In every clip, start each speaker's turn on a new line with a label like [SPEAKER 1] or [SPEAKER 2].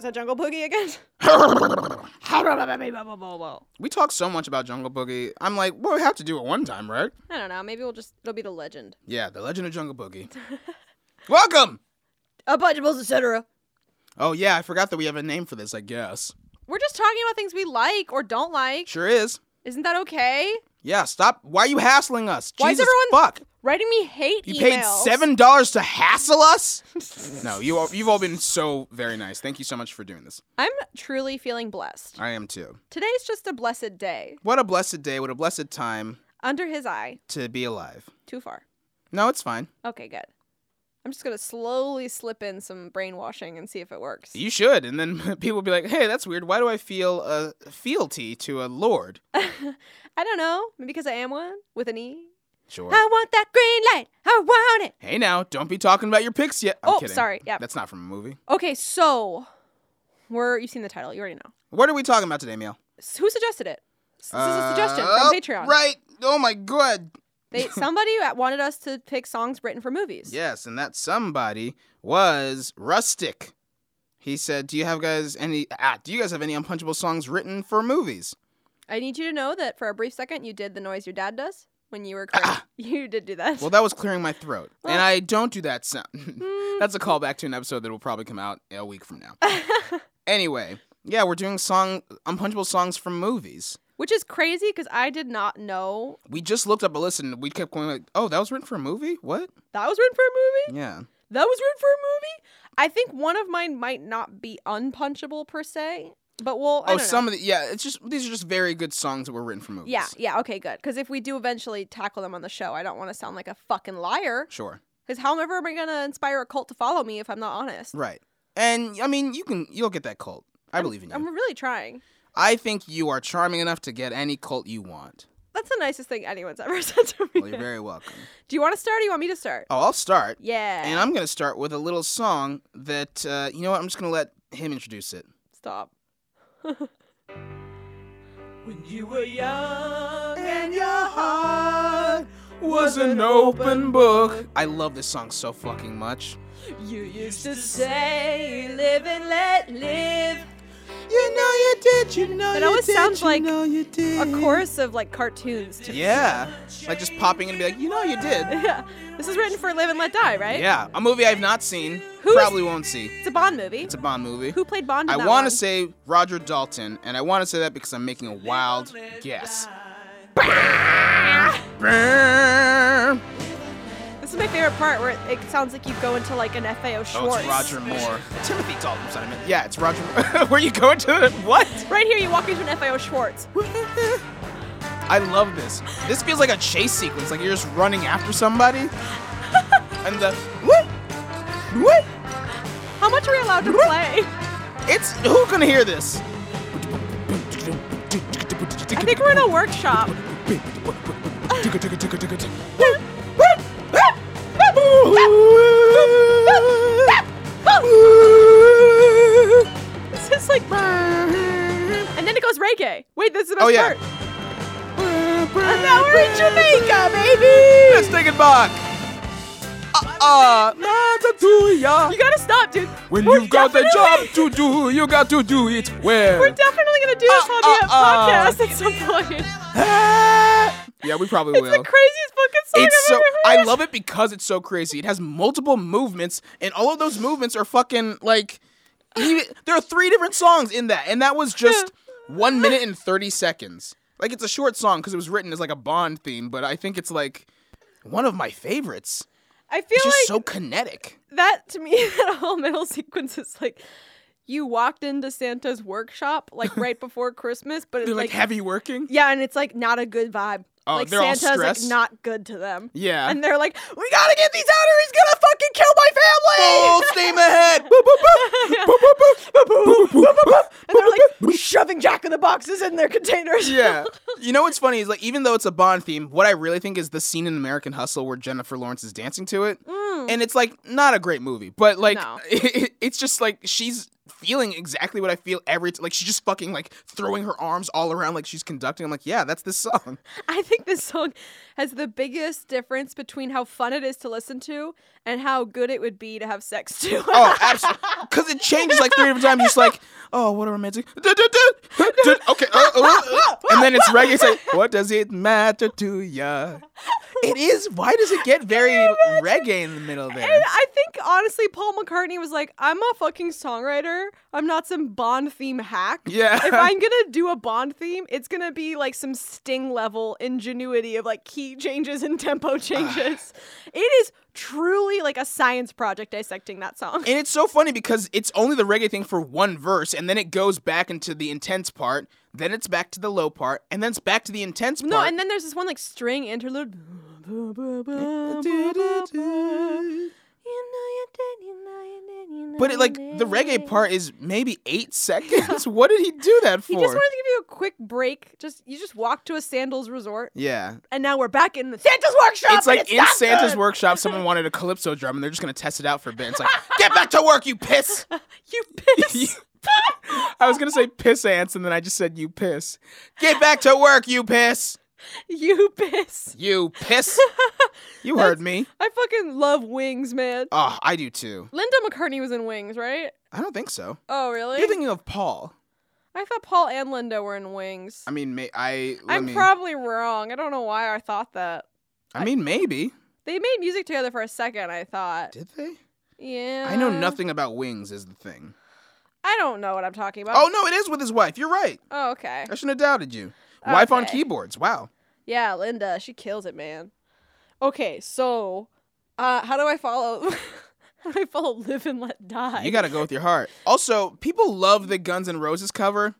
[SPEAKER 1] to Jungle Boogie again? I
[SPEAKER 2] We talk so much about Jungle Boogie. I'm like, well, we have to do it one time, right?
[SPEAKER 1] don't know. Maybe we'll just it'll be the legend.
[SPEAKER 2] Yeah, the legend of Jungle Boogie. Welcome.
[SPEAKER 1] Abugables, etc.
[SPEAKER 2] Oh yeah, I forgot that we have a name for this. I guess
[SPEAKER 1] We're just talking about things we like or don't like.
[SPEAKER 2] sure is.
[SPEAKER 1] Isn't that okay?
[SPEAKER 2] Yeah, stop. Why are you hassling us?
[SPEAKER 1] Why is
[SPEAKER 2] Jesus
[SPEAKER 1] everyone-
[SPEAKER 2] fuck!
[SPEAKER 1] Writing me hate
[SPEAKER 2] You
[SPEAKER 1] emails.
[SPEAKER 2] paid seven dollars to hassle us. no, you all, you've all been so very nice. Thank you so much for doing this.
[SPEAKER 1] I'm truly feeling blessed.
[SPEAKER 2] I am too.
[SPEAKER 1] Today's just a blessed day.
[SPEAKER 2] What a blessed day. What a blessed time
[SPEAKER 1] Under his eye.
[SPEAKER 2] to be alive.
[SPEAKER 1] Too far.
[SPEAKER 2] No, it's fine.
[SPEAKER 1] Okay, good. I'm just gonna slowly slip in some brainwashing and see if it works.
[SPEAKER 2] You should, and then people will be like, "Hey, that's weird. Why do I feel a fealty to a lord?"
[SPEAKER 1] I don't know. Maybe because I am one with an E.
[SPEAKER 2] Sure.
[SPEAKER 1] I want that green light. I want it.
[SPEAKER 2] Hey, now, don't be talking about your picks yet. I'm
[SPEAKER 1] oh,
[SPEAKER 2] kidding.
[SPEAKER 1] sorry. Yeah.
[SPEAKER 2] That's not from a movie.
[SPEAKER 1] Okay, so we're you've seen the title. You already know.
[SPEAKER 2] What are we talking about today, Miel?
[SPEAKER 1] S- Who suggested it? S- This is a suggestion
[SPEAKER 2] Uh,
[SPEAKER 1] from Patreon.
[SPEAKER 2] Right. Oh my god.
[SPEAKER 1] They somebody wanted us to pick songs written for movies.
[SPEAKER 2] Yes, and that somebody was Rustic. He said, "Do you have guys any? Ah, do you guys have any unpunchable songs written for movies?"
[SPEAKER 1] I need you to know that for a brief second you did the noise your dad does when you were crying. you did do that.
[SPEAKER 2] Ah. Well, that was clearing my throat, and
[SPEAKER 1] Well-
[SPEAKER 2] I don't do that sound.
[SPEAKER 1] Mm.
[SPEAKER 2] That's a callback to an episode that will probably come out a week from now. Anyway, yeah, we're doing song unpunchable songs from movies.
[SPEAKER 1] Which is crazy because I did not know
[SPEAKER 2] We just looked up a list and we kept going like, "Oh, that was written for a movie? What?"
[SPEAKER 1] that was written for a movie.
[SPEAKER 2] Yeah.
[SPEAKER 1] That was written for a movie. I think one of mine might not be unpunchable per se, but we'll.
[SPEAKER 2] Oh,
[SPEAKER 1] I don't know.
[SPEAKER 2] some of the yeah. It's just these are just very good songs that were written for movies.
[SPEAKER 1] Yeah, yeah, okay, good. Because if we do eventually tackle them on the show, I don't want to sound like a fucking liar.
[SPEAKER 2] Sure.
[SPEAKER 1] Because how ever am I going to inspire a cult to follow me if I'm not honest?
[SPEAKER 2] Right. And I mean, you can you'll get that cult. I believe in you.
[SPEAKER 1] I'm really trying.
[SPEAKER 2] I think you are charming enough to get any cult you want.
[SPEAKER 1] That's the nicest thing anyone's ever said to me.
[SPEAKER 2] Well, you're very welcome.
[SPEAKER 1] do you want to start or you want me to start?
[SPEAKER 2] Oh, I'll start.
[SPEAKER 1] Yeah.
[SPEAKER 2] And I'm going to start with a little song that, uh, you know what? I'm just going to let him introduce it.
[SPEAKER 1] Stop.
[SPEAKER 3] When you were young
[SPEAKER 2] And your heart was an open book. I love this song so fucking much.
[SPEAKER 3] you used to say live and let live.
[SPEAKER 2] You know you did, you know
[SPEAKER 1] That you always did, sounds you like know
[SPEAKER 2] you did.
[SPEAKER 1] A chorus of like cartoons. To-
[SPEAKER 2] Yeah. Like just popping in and be like, you know you did.
[SPEAKER 1] yeah. This is written for Live and Let Die, right?
[SPEAKER 2] Yeah. A movie I've not seen,
[SPEAKER 1] Who's-
[SPEAKER 2] probably won't see.
[SPEAKER 1] It's a Bond movie.
[SPEAKER 2] It's a Bond movie.
[SPEAKER 1] Who played Bond?
[SPEAKER 2] I
[SPEAKER 1] want to
[SPEAKER 2] say Roger Dalton, and I want to say that because I'm making a wild guess. Oh, Brrrr.
[SPEAKER 1] This is my favorite part where it, it sounds like you go into like an FAO Schwartz.
[SPEAKER 2] Oh, it's Roger Moore. Timothy Dalton, I'm sorry, I meant- Yeah, it's Roger Moore. Where you going to? What?
[SPEAKER 1] Right here, you walk into an FAO Schwartz.
[SPEAKER 2] I love this. This feels like a chase sequence, like you're just running after somebody. And the what? What?
[SPEAKER 1] How much are we allowed to play?
[SPEAKER 2] It's who can hear this?
[SPEAKER 1] I think we're in a workshop. This is like. And then it goes reggae. Wait, this is the best
[SPEAKER 2] Oh, yeah.
[SPEAKER 1] part. And now we're in Jamaica, baby!
[SPEAKER 2] Let's take it back. Uh, uh,
[SPEAKER 1] You gotta stop, dude.
[SPEAKER 2] when
[SPEAKER 1] We're
[SPEAKER 2] you've got the job to
[SPEAKER 1] definitely-
[SPEAKER 2] do, you got to do it well.
[SPEAKER 1] We're definitely gonna do this
[SPEAKER 2] Uh,
[SPEAKER 1] hobby
[SPEAKER 2] uh, uh.
[SPEAKER 1] podcast at some point. It's
[SPEAKER 2] Ah! yeah, we probably will.
[SPEAKER 1] the craziest fucking song
[SPEAKER 2] It's so
[SPEAKER 1] I've ever heard.
[SPEAKER 2] I love it because it's so crazy. It has multiple movements, and all of those movements are fucking like. Even, there are three different songs in that, and that was just one minute and thirty seconds. Like it's a short song because it was written as like a Bond theme, but I think it's like one of my favorites.
[SPEAKER 1] I feel
[SPEAKER 2] It's
[SPEAKER 1] like
[SPEAKER 2] just so kinetic.
[SPEAKER 1] that to me that whole middle sequence is like you walked into santa's workshop like right before christmas but it's
[SPEAKER 2] They're like,
[SPEAKER 1] like,
[SPEAKER 2] heavy working.
[SPEAKER 1] yeah and it's like not a good vibe
[SPEAKER 2] Oh,
[SPEAKER 1] like
[SPEAKER 2] they're all
[SPEAKER 1] santa's like
[SPEAKER 2] stressed?
[SPEAKER 1] not good to them
[SPEAKER 2] Yeah.
[SPEAKER 1] and they're like we gotta get these out or he's gonna fucking kill my
[SPEAKER 2] Full
[SPEAKER 1] family
[SPEAKER 2] steam ahead. Boop, boop, boop. Boop, boop, boop. Boop, boop, boop.
[SPEAKER 1] and they're like we're shoving jack in the boxes in their containers
[SPEAKER 2] yeah. You know what's funny is like even though it's a Bond theme, what I really think is the scene in American Hustle where Jennifer Lawrence is dancing to it, and it's like not a great movie, but like
[SPEAKER 1] No.
[SPEAKER 2] it's just like she's feeling exactly what I feel every t- like she's just fucking like throwing her arms all around like she's conducting. I'm like, yeah, that's this song.
[SPEAKER 1] I think this song has the biggest difference between how fun it is to listen to and how good it would be to have sex too.
[SPEAKER 2] Oh, absolutely. Because it changes like three different times. Just like, oh, what a romantic. Du- du- du- du- Okay. uh, uh, uh. And then it's reggae. It's like, what does it matter to ya? It is. Why does it get very reggae in the middle there?
[SPEAKER 1] And I think honestly, Paul McCartney was like, "I'm a fucking songwriter. I'm not some Bond theme hack.
[SPEAKER 2] Yeah.
[SPEAKER 1] If I'm gonna do a Bond theme, it's gonna be like some Sting level ingenuity of like key changes and tempo changes. it is truly like a science project dissecting that song.
[SPEAKER 2] And it's so funny because it's only the reggae thing for one verse, and then it goes back into the intense part, then it's back to the low part, and then it's back to the intense part.
[SPEAKER 1] no, and then there's this one like string interlude.
[SPEAKER 2] But it, like the reggae part is maybe eight seconds. what did he do that for?
[SPEAKER 1] He just wanted to give you a quick break. Just you just walked to a Sandals resort,
[SPEAKER 2] yeah,
[SPEAKER 1] and now we're back in the Sandals workshop.
[SPEAKER 2] it's like in Santa's
[SPEAKER 1] work.
[SPEAKER 2] workshop, someone wanted a calypso drum, and they're just gonna test it out for a bit. It's like, get back to work, you piss.
[SPEAKER 1] You piss.
[SPEAKER 2] I was gonna say piss ants, and then I just said you piss. Get back to work, you piss.
[SPEAKER 1] you piss.
[SPEAKER 2] You piss. You heard me.
[SPEAKER 1] I fucking love Wings, man.
[SPEAKER 2] Oh, I do too.
[SPEAKER 1] Linda McCartney was in Wings, right?
[SPEAKER 2] I don't think so.
[SPEAKER 1] Oh, really?
[SPEAKER 2] You're thinking of Paul.
[SPEAKER 1] I thought Paul and Linda were in Wings.
[SPEAKER 2] I mean, may- I. Let
[SPEAKER 1] I'm
[SPEAKER 2] me,
[SPEAKER 1] probably wrong. I don't know why I thought that.
[SPEAKER 2] I mean, maybe.
[SPEAKER 1] They made music together for a second, I thought.
[SPEAKER 2] Did they?
[SPEAKER 1] Yeah.
[SPEAKER 2] I know nothing about wings. Is the thing.
[SPEAKER 1] I don't know what I'm talking about.
[SPEAKER 2] Oh no, it is with his wife. You're right.
[SPEAKER 1] Oh, okay.
[SPEAKER 2] I shouldn't have doubted you. Wife on
[SPEAKER 1] Okay.
[SPEAKER 2] keyboards. Wow.
[SPEAKER 1] Yeah, Linda, she kills it, man. Okay, so uh how do I follow how do I follow Live and Let Die?
[SPEAKER 2] You gotta go with your heart. Also, people love the Guns N' Roses cover,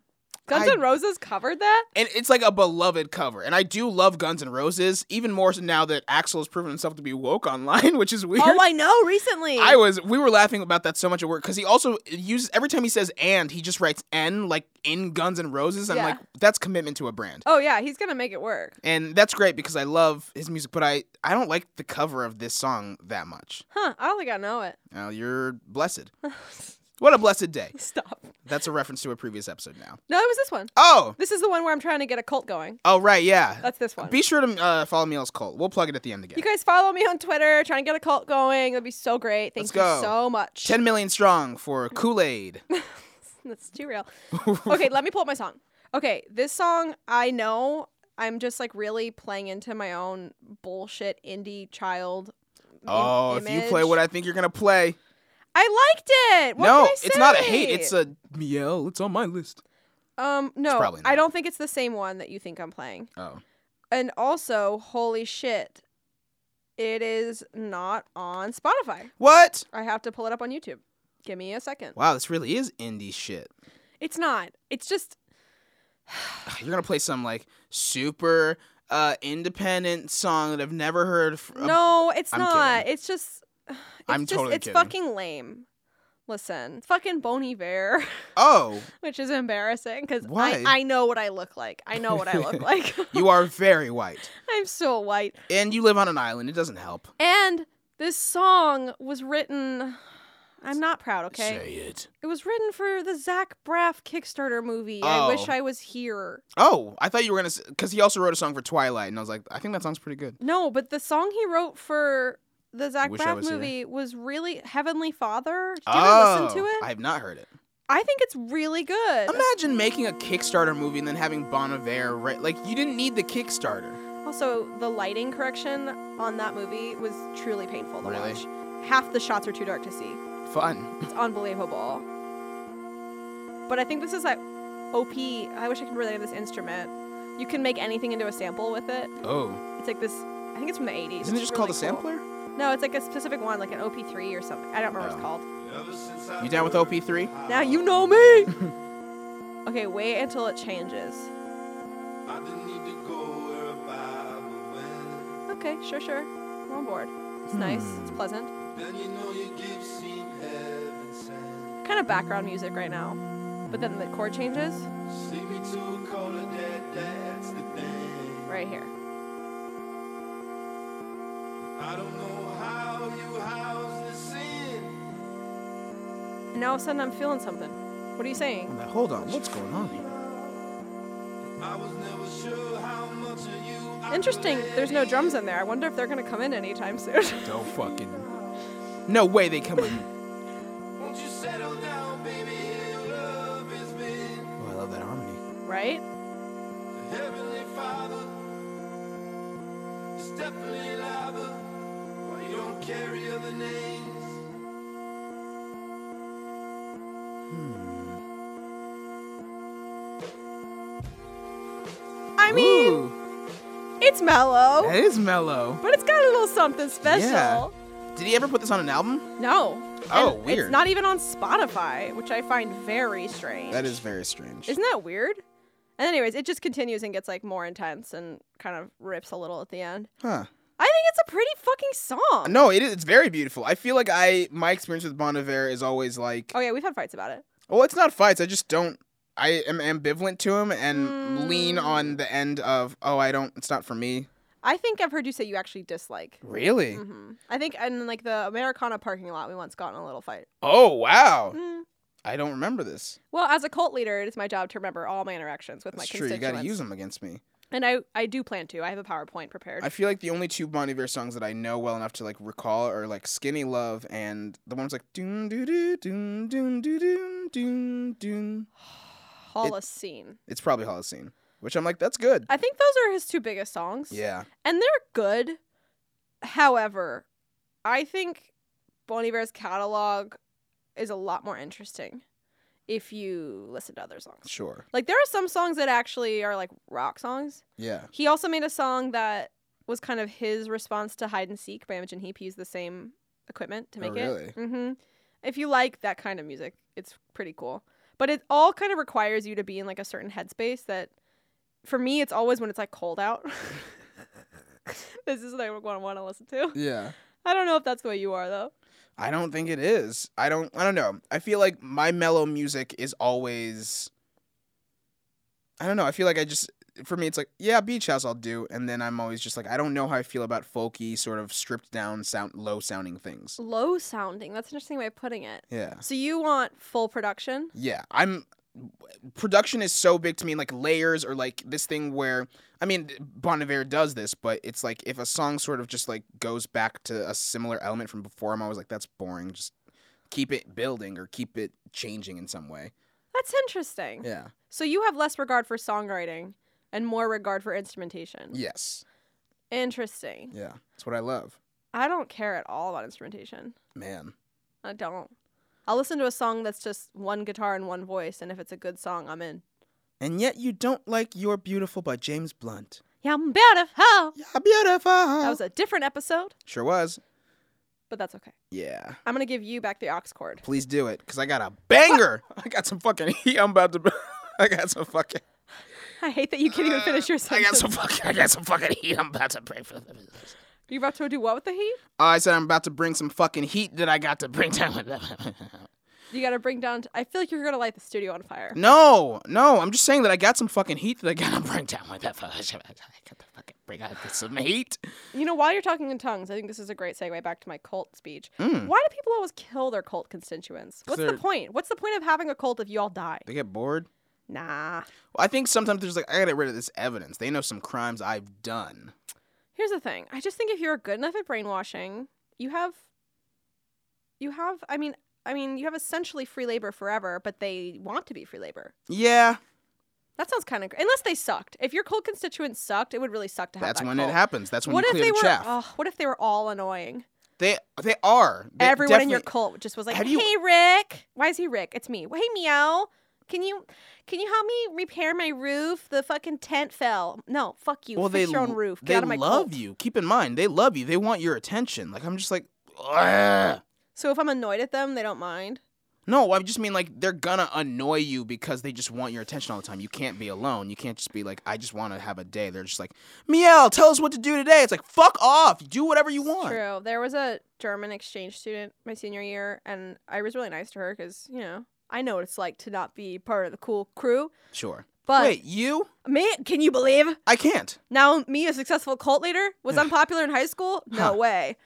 [SPEAKER 1] Guns
[SPEAKER 2] I-
[SPEAKER 1] N' Roses covered that?
[SPEAKER 2] and it's like a beloved cover. And I do love Guns N' Roses even more so now that Axel has proven himself to be woke online, which is weird.
[SPEAKER 1] Oh, I know, recently.
[SPEAKER 2] I was we were laughing about that so much at work because he also uses every time he says and he just writes n like in Guns N' Roses. I'm
[SPEAKER 1] Yeah.
[SPEAKER 2] like that's commitment to a brand.
[SPEAKER 1] Oh yeah, he's gonna make it work.
[SPEAKER 2] and that's great because I love his music, but I I don't like the cover of this song that much.
[SPEAKER 1] Huh? I don't think I know it.
[SPEAKER 2] Now you're blessed. what a blessed day.
[SPEAKER 1] Stop.
[SPEAKER 2] That's a reference to a previous episode now.
[SPEAKER 1] No, it was this one.
[SPEAKER 2] Oh,
[SPEAKER 1] This is the one where I'm trying to get a cult going.
[SPEAKER 2] oh right, yeah.
[SPEAKER 1] That's this one.
[SPEAKER 2] Be sure to uh, follow Meals Cult. We'll plug it at the end again.
[SPEAKER 1] you guys follow me on Twitter, trying to get a cult going. That'd be so great. Thank
[SPEAKER 2] Let's
[SPEAKER 1] you
[SPEAKER 2] go.
[SPEAKER 1] so much.
[SPEAKER 2] Ten million strong for Kool Aid.
[SPEAKER 1] That's too real. okay, let me pull up my song. Okay, this song I know I'm just like really playing into my own bullshit indie child. im-
[SPEAKER 2] oh, if you play
[SPEAKER 1] image.
[SPEAKER 2] what I think you're gonna play,
[SPEAKER 1] I liked it. What
[SPEAKER 2] no,
[SPEAKER 1] can I
[SPEAKER 2] it's not a hate.
[SPEAKER 1] say?
[SPEAKER 2] It's a meow. It's on my list.
[SPEAKER 1] um no.
[SPEAKER 2] probably
[SPEAKER 1] I
[SPEAKER 2] not.
[SPEAKER 1] don't think it's the same one that you think I'm playing.
[SPEAKER 2] Oh,
[SPEAKER 1] And also, holy shit, it is not on Spotify.
[SPEAKER 2] what?
[SPEAKER 1] I have to pull it up on YouTube. Give me a second.
[SPEAKER 2] Wow, this really is indie shit.
[SPEAKER 1] It's not. It's just
[SPEAKER 2] You're gonna play some like super uh independent song that I've never heard. um, F-
[SPEAKER 1] no. It's
[SPEAKER 2] I'm
[SPEAKER 1] not. It's just. It's
[SPEAKER 2] I'm
[SPEAKER 1] just,
[SPEAKER 2] totally
[SPEAKER 1] It's
[SPEAKER 2] kidding.
[SPEAKER 1] fucking lame. Listen, it's fucking Bon Bear,
[SPEAKER 2] Oh,
[SPEAKER 1] which is embarrassing because
[SPEAKER 2] Why?
[SPEAKER 1] I I know what I look like. I know what I look like.
[SPEAKER 2] you are very white,
[SPEAKER 1] I'm so white.
[SPEAKER 2] and you live on an island. It doesn't help.
[SPEAKER 1] And this song was written. I'm not proud. Okay.
[SPEAKER 2] Say it.
[SPEAKER 1] It was written for the Zach Braff Kickstarter movie. I wish
[SPEAKER 2] Oh.
[SPEAKER 1] I was here.
[SPEAKER 2] Oh, I thought you were gonna, because he also wrote a song for Twilight, and I was like, I think that song's pretty good.
[SPEAKER 1] No, but the song he wrote for the Zach
[SPEAKER 2] Wish I
[SPEAKER 1] Braff
[SPEAKER 2] Was Here.
[SPEAKER 1] movie was really Heavenly Father. Did you ever listen to
[SPEAKER 2] Oh,
[SPEAKER 1] it?
[SPEAKER 2] I
[SPEAKER 1] I,
[SPEAKER 2] have not heard it.
[SPEAKER 1] think it's really good.
[SPEAKER 2] Imagine making a Kickstarter movie and then having Bon Iver right. Like you didn't need the Kickstarter.
[SPEAKER 1] also, the lighting correction on that movie was truly painful to
[SPEAKER 2] Really?
[SPEAKER 1] watch. Half the shots are too dark to see.
[SPEAKER 2] Fun.
[SPEAKER 1] It's unbelievable. But I think this is like OP. I wish I could remember the name of this instrument. You can make anything into a sample with it.
[SPEAKER 2] Oh,
[SPEAKER 1] It's like this. I think it's from the 80s.
[SPEAKER 2] isn't it
[SPEAKER 1] It's
[SPEAKER 2] just called a
[SPEAKER 1] really cool.
[SPEAKER 2] sampler?
[SPEAKER 1] No, it's like a specific one, like an OP3 or something. I don't remember what it's
[SPEAKER 2] Oh.
[SPEAKER 1] called.
[SPEAKER 2] You down with OP3?
[SPEAKER 1] Now you know me. okay, wait until it changes.
[SPEAKER 4] I didn't need to go where a Bible went.
[SPEAKER 1] Okay, sure, sure. I'm on board. It's
[SPEAKER 2] Hmm.
[SPEAKER 1] nice. It's pleasant.
[SPEAKER 4] Then you know your gifts seem heaven sent.
[SPEAKER 1] Kind of background music right now. But then the chord changes
[SPEAKER 4] Sleep me to a cold of dead, that's the thing.
[SPEAKER 1] right here.
[SPEAKER 4] I don't know how you house the sin.
[SPEAKER 1] And now all of a sudden I'm feeling something. What are you saying?
[SPEAKER 2] Now, Hold on, what's going on here?
[SPEAKER 4] I was never sure how much of you I
[SPEAKER 1] Interesting.
[SPEAKER 4] could
[SPEAKER 1] There's no drums in there. I wonder if they're gonna come in anytime soon.
[SPEAKER 2] No fucking. No way they come in.
[SPEAKER 4] Won't you settle down, baby? Your love has been
[SPEAKER 2] Oh, I love that harmony.
[SPEAKER 1] right?
[SPEAKER 4] the heavenly father. It's definitely lava. Why you don't carry other names?
[SPEAKER 1] I mean, oh.
[SPEAKER 2] Ooh,
[SPEAKER 1] it's mellow,
[SPEAKER 2] that is mellow.
[SPEAKER 1] but it's got a little something special.
[SPEAKER 2] Yeah. Did he ever put this on an album?
[SPEAKER 1] No.
[SPEAKER 2] Oh,
[SPEAKER 1] And
[SPEAKER 2] weird.
[SPEAKER 1] It's not even on Spotify, which I find very strange.
[SPEAKER 2] That is very strange.
[SPEAKER 1] Isn't that weird? And anyways, it just continues and gets like more intense and kind of rips a little at the end.
[SPEAKER 2] Huh.
[SPEAKER 1] I think it's a pretty fucking song.
[SPEAKER 2] No, it is, it's very beautiful. I feel like I my experience with Bon Iver is always like,
[SPEAKER 1] Oh yeah, we've had fights about it.
[SPEAKER 2] well, it's not fights. I just don't. I am ambivalent to him and lean
[SPEAKER 1] Mm.
[SPEAKER 2] on the end of, oh, I don't. It's not for me.
[SPEAKER 1] I think I've heard you say you actually dislike.
[SPEAKER 2] Really?
[SPEAKER 1] hmm I think in like the Americana parking lot, we once got in a little fight.
[SPEAKER 2] Oh wow!
[SPEAKER 1] Mm.
[SPEAKER 2] I don't remember this.
[SPEAKER 1] Well, as a cult leader, it is my job to remember all my interactions with
[SPEAKER 2] That's
[SPEAKER 1] my
[SPEAKER 2] true. You
[SPEAKER 1] constituents.
[SPEAKER 2] got to use them against me.
[SPEAKER 1] And I, I do plan to. I have a PowerPoint prepared.
[SPEAKER 2] I feel like the only two Bon Iver songs that I know well enough to like recall are like "Skinny Love" and the one's like "Doon doo doo doon doon doo doon doon doon."
[SPEAKER 1] Holocene.
[SPEAKER 2] It's probably Holocene, which I'm like, that's good.
[SPEAKER 1] I think those are his two biggest songs.
[SPEAKER 2] Yeah.
[SPEAKER 1] And they're good. However, I think Bon Iver's catalog is a lot more interesting if you listen to other songs.
[SPEAKER 2] Sure.
[SPEAKER 1] Like there are some songs that actually are like rock songs.
[SPEAKER 2] Yeah.
[SPEAKER 1] He also made a song that was kind of his response to Hide and Seek by Imogen Heap. He used the same equipment to
[SPEAKER 2] Oh,
[SPEAKER 1] make
[SPEAKER 2] really?
[SPEAKER 1] it. Mm-hmm. If you like that kind of music, it's pretty cool. But it all kind of requires you to be in like a certain headspace that, for me, it's always when it's like cold out. this is what I want to listen to.
[SPEAKER 2] Yeah.
[SPEAKER 1] I don't know if that's the way you are though.
[SPEAKER 2] I don't think it is. I don't. I don't know. I feel like my mellow music is always. I don't know. I feel like I just. For me, it's like yeah, beach house I'll do, and then I'm always just like I don't know how I feel about folky, sort of stripped down, sound low sounding things.
[SPEAKER 1] Low sounding. That's an interesting way of putting it.
[SPEAKER 2] Yeah.
[SPEAKER 1] So you want full production?
[SPEAKER 2] Yeah, I'm. Production is so big to me, like layers or like this thing where I mean, Bon Iver does this, but it's like if a song sort of just like goes back to a similar element from before, I'm always like, that's boring. Just keep it building or keep it changing in some way.
[SPEAKER 1] That's interesting.
[SPEAKER 2] Yeah.
[SPEAKER 1] So you have less regard for songwriting and more regard for instrumentation.
[SPEAKER 2] Yes.
[SPEAKER 1] Interesting.
[SPEAKER 2] Yeah. That's what I love,
[SPEAKER 1] I don't care at all about instrumentation.
[SPEAKER 2] man.
[SPEAKER 1] I don't. I'll listen to a song that's just one guitar and one voice, and if it's a good song, I'm in.
[SPEAKER 2] And yet you don't like "You're Beautiful" by James Blunt.
[SPEAKER 1] Yeah, I'm beautiful.
[SPEAKER 2] Yeah, beautiful.
[SPEAKER 1] That was a different episode,
[SPEAKER 2] sure was.
[SPEAKER 1] but that's okay.
[SPEAKER 2] Yeah.
[SPEAKER 1] I'm gonna give you back the ox chord.
[SPEAKER 2] Please do it, cause I got a banger. I got some fucking. I'm about to. I got some fucking.
[SPEAKER 1] I hate that you can't even finish your
[SPEAKER 2] I
[SPEAKER 1] sentence.
[SPEAKER 2] got some fucking. I got some fucking heat. I'm about to bring. For them.
[SPEAKER 1] You're about to do what with the heat?
[SPEAKER 2] Oh, I said I'm about to bring some fucking heat that I got to bring down with them.
[SPEAKER 1] You gotta bring down. I feel like you're gonna light the studio on fire.
[SPEAKER 2] no, no. I'm just saying that I got some fucking heat that I gotta bring down with them. I got to fucking bring out some heat.
[SPEAKER 1] You know, while you're talking in tongues, I think this is a great segue back to my cult speech. Why do people always kill their cult constituents? What's the
[SPEAKER 2] Hmm. they're-
[SPEAKER 1] point? What's the point of having a cult if you all die?
[SPEAKER 2] They get bored.
[SPEAKER 1] Nah.
[SPEAKER 2] Well, I think sometimes there's like I gotta get rid of this evidence. They know some crimes I've done.
[SPEAKER 1] Here's the thing. I just think if you're good enough at brainwashing, you have you have I mean I mean, you have essentially free labor forever, but they want to be free labor.
[SPEAKER 2] Yeah,
[SPEAKER 1] That sounds kind of unless they sucked. If your cult constituents sucked, it would really suck to have
[SPEAKER 2] that's
[SPEAKER 1] that
[SPEAKER 2] when
[SPEAKER 1] cult.
[SPEAKER 2] it happens. That's when
[SPEAKER 1] What
[SPEAKER 2] you
[SPEAKER 1] if
[SPEAKER 2] clear
[SPEAKER 1] they
[SPEAKER 2] the
[SPEAKER 1] were?
[SPEAKER 2] chaff.
[SPEAKER 1] Oh, what if they were all annoying?
[SPEAKER 2] they they are. They
[SPEAKER 1] Everyone in your
[SPEAKER 2] definitely-
[SPEAKER 1] cult just was like,
[SPEAKER 2] Have you-
[SPEAKER 1] "Hey, Rick, why is he Rick? It's me. Well, hey, Meow, can you can you help me repair my roof? The fucking tent fell. No, fuck you.
[SPEAKER 2] well,
[SPEAKER 1] Fix
[SPEAKER 2] they
[SPEAKER 1] your own
[SPEAKER 2] l-
[SPEAKER 1] roof. Get
[SPEAKER 2] They
[SPEAKER 1] out of my
[SPEAKER 2] love
[SPEAKER 1] cult."
[SPEAKER 2] you. Keep in mind, they love you. They want your attention. Like I'm just like. "Ugh."
[SPEAKER 1] So if I'm annoyed at them, they don't mind.
[SPEAKER 2] No, I just mean like they're gonna annoy you because they just want your attention all the time. You can't be alone. You can't just be like, I just want to have a day. They're just like, Miel, tell us what to do today. It's like, fuck off. Do whatever you want.
[SPEAKER 1] True. There was a German exchange student my senior year, and I was really nice to her because you know I know what it's like to not be part of the cool crew.
[SPEAKER 2] Sure.
[SPEAKER 1] But
[SPEAKER 2] Wait, you?
[SPEAKER 1] me, can you believe?
[SPEAKER 2] I can't.
[SPEAKER 1] Now, me, a successful cult leader, was unpopular in high school? No
[SPEAKER 2] Huh.
[SPEAKER 1] way.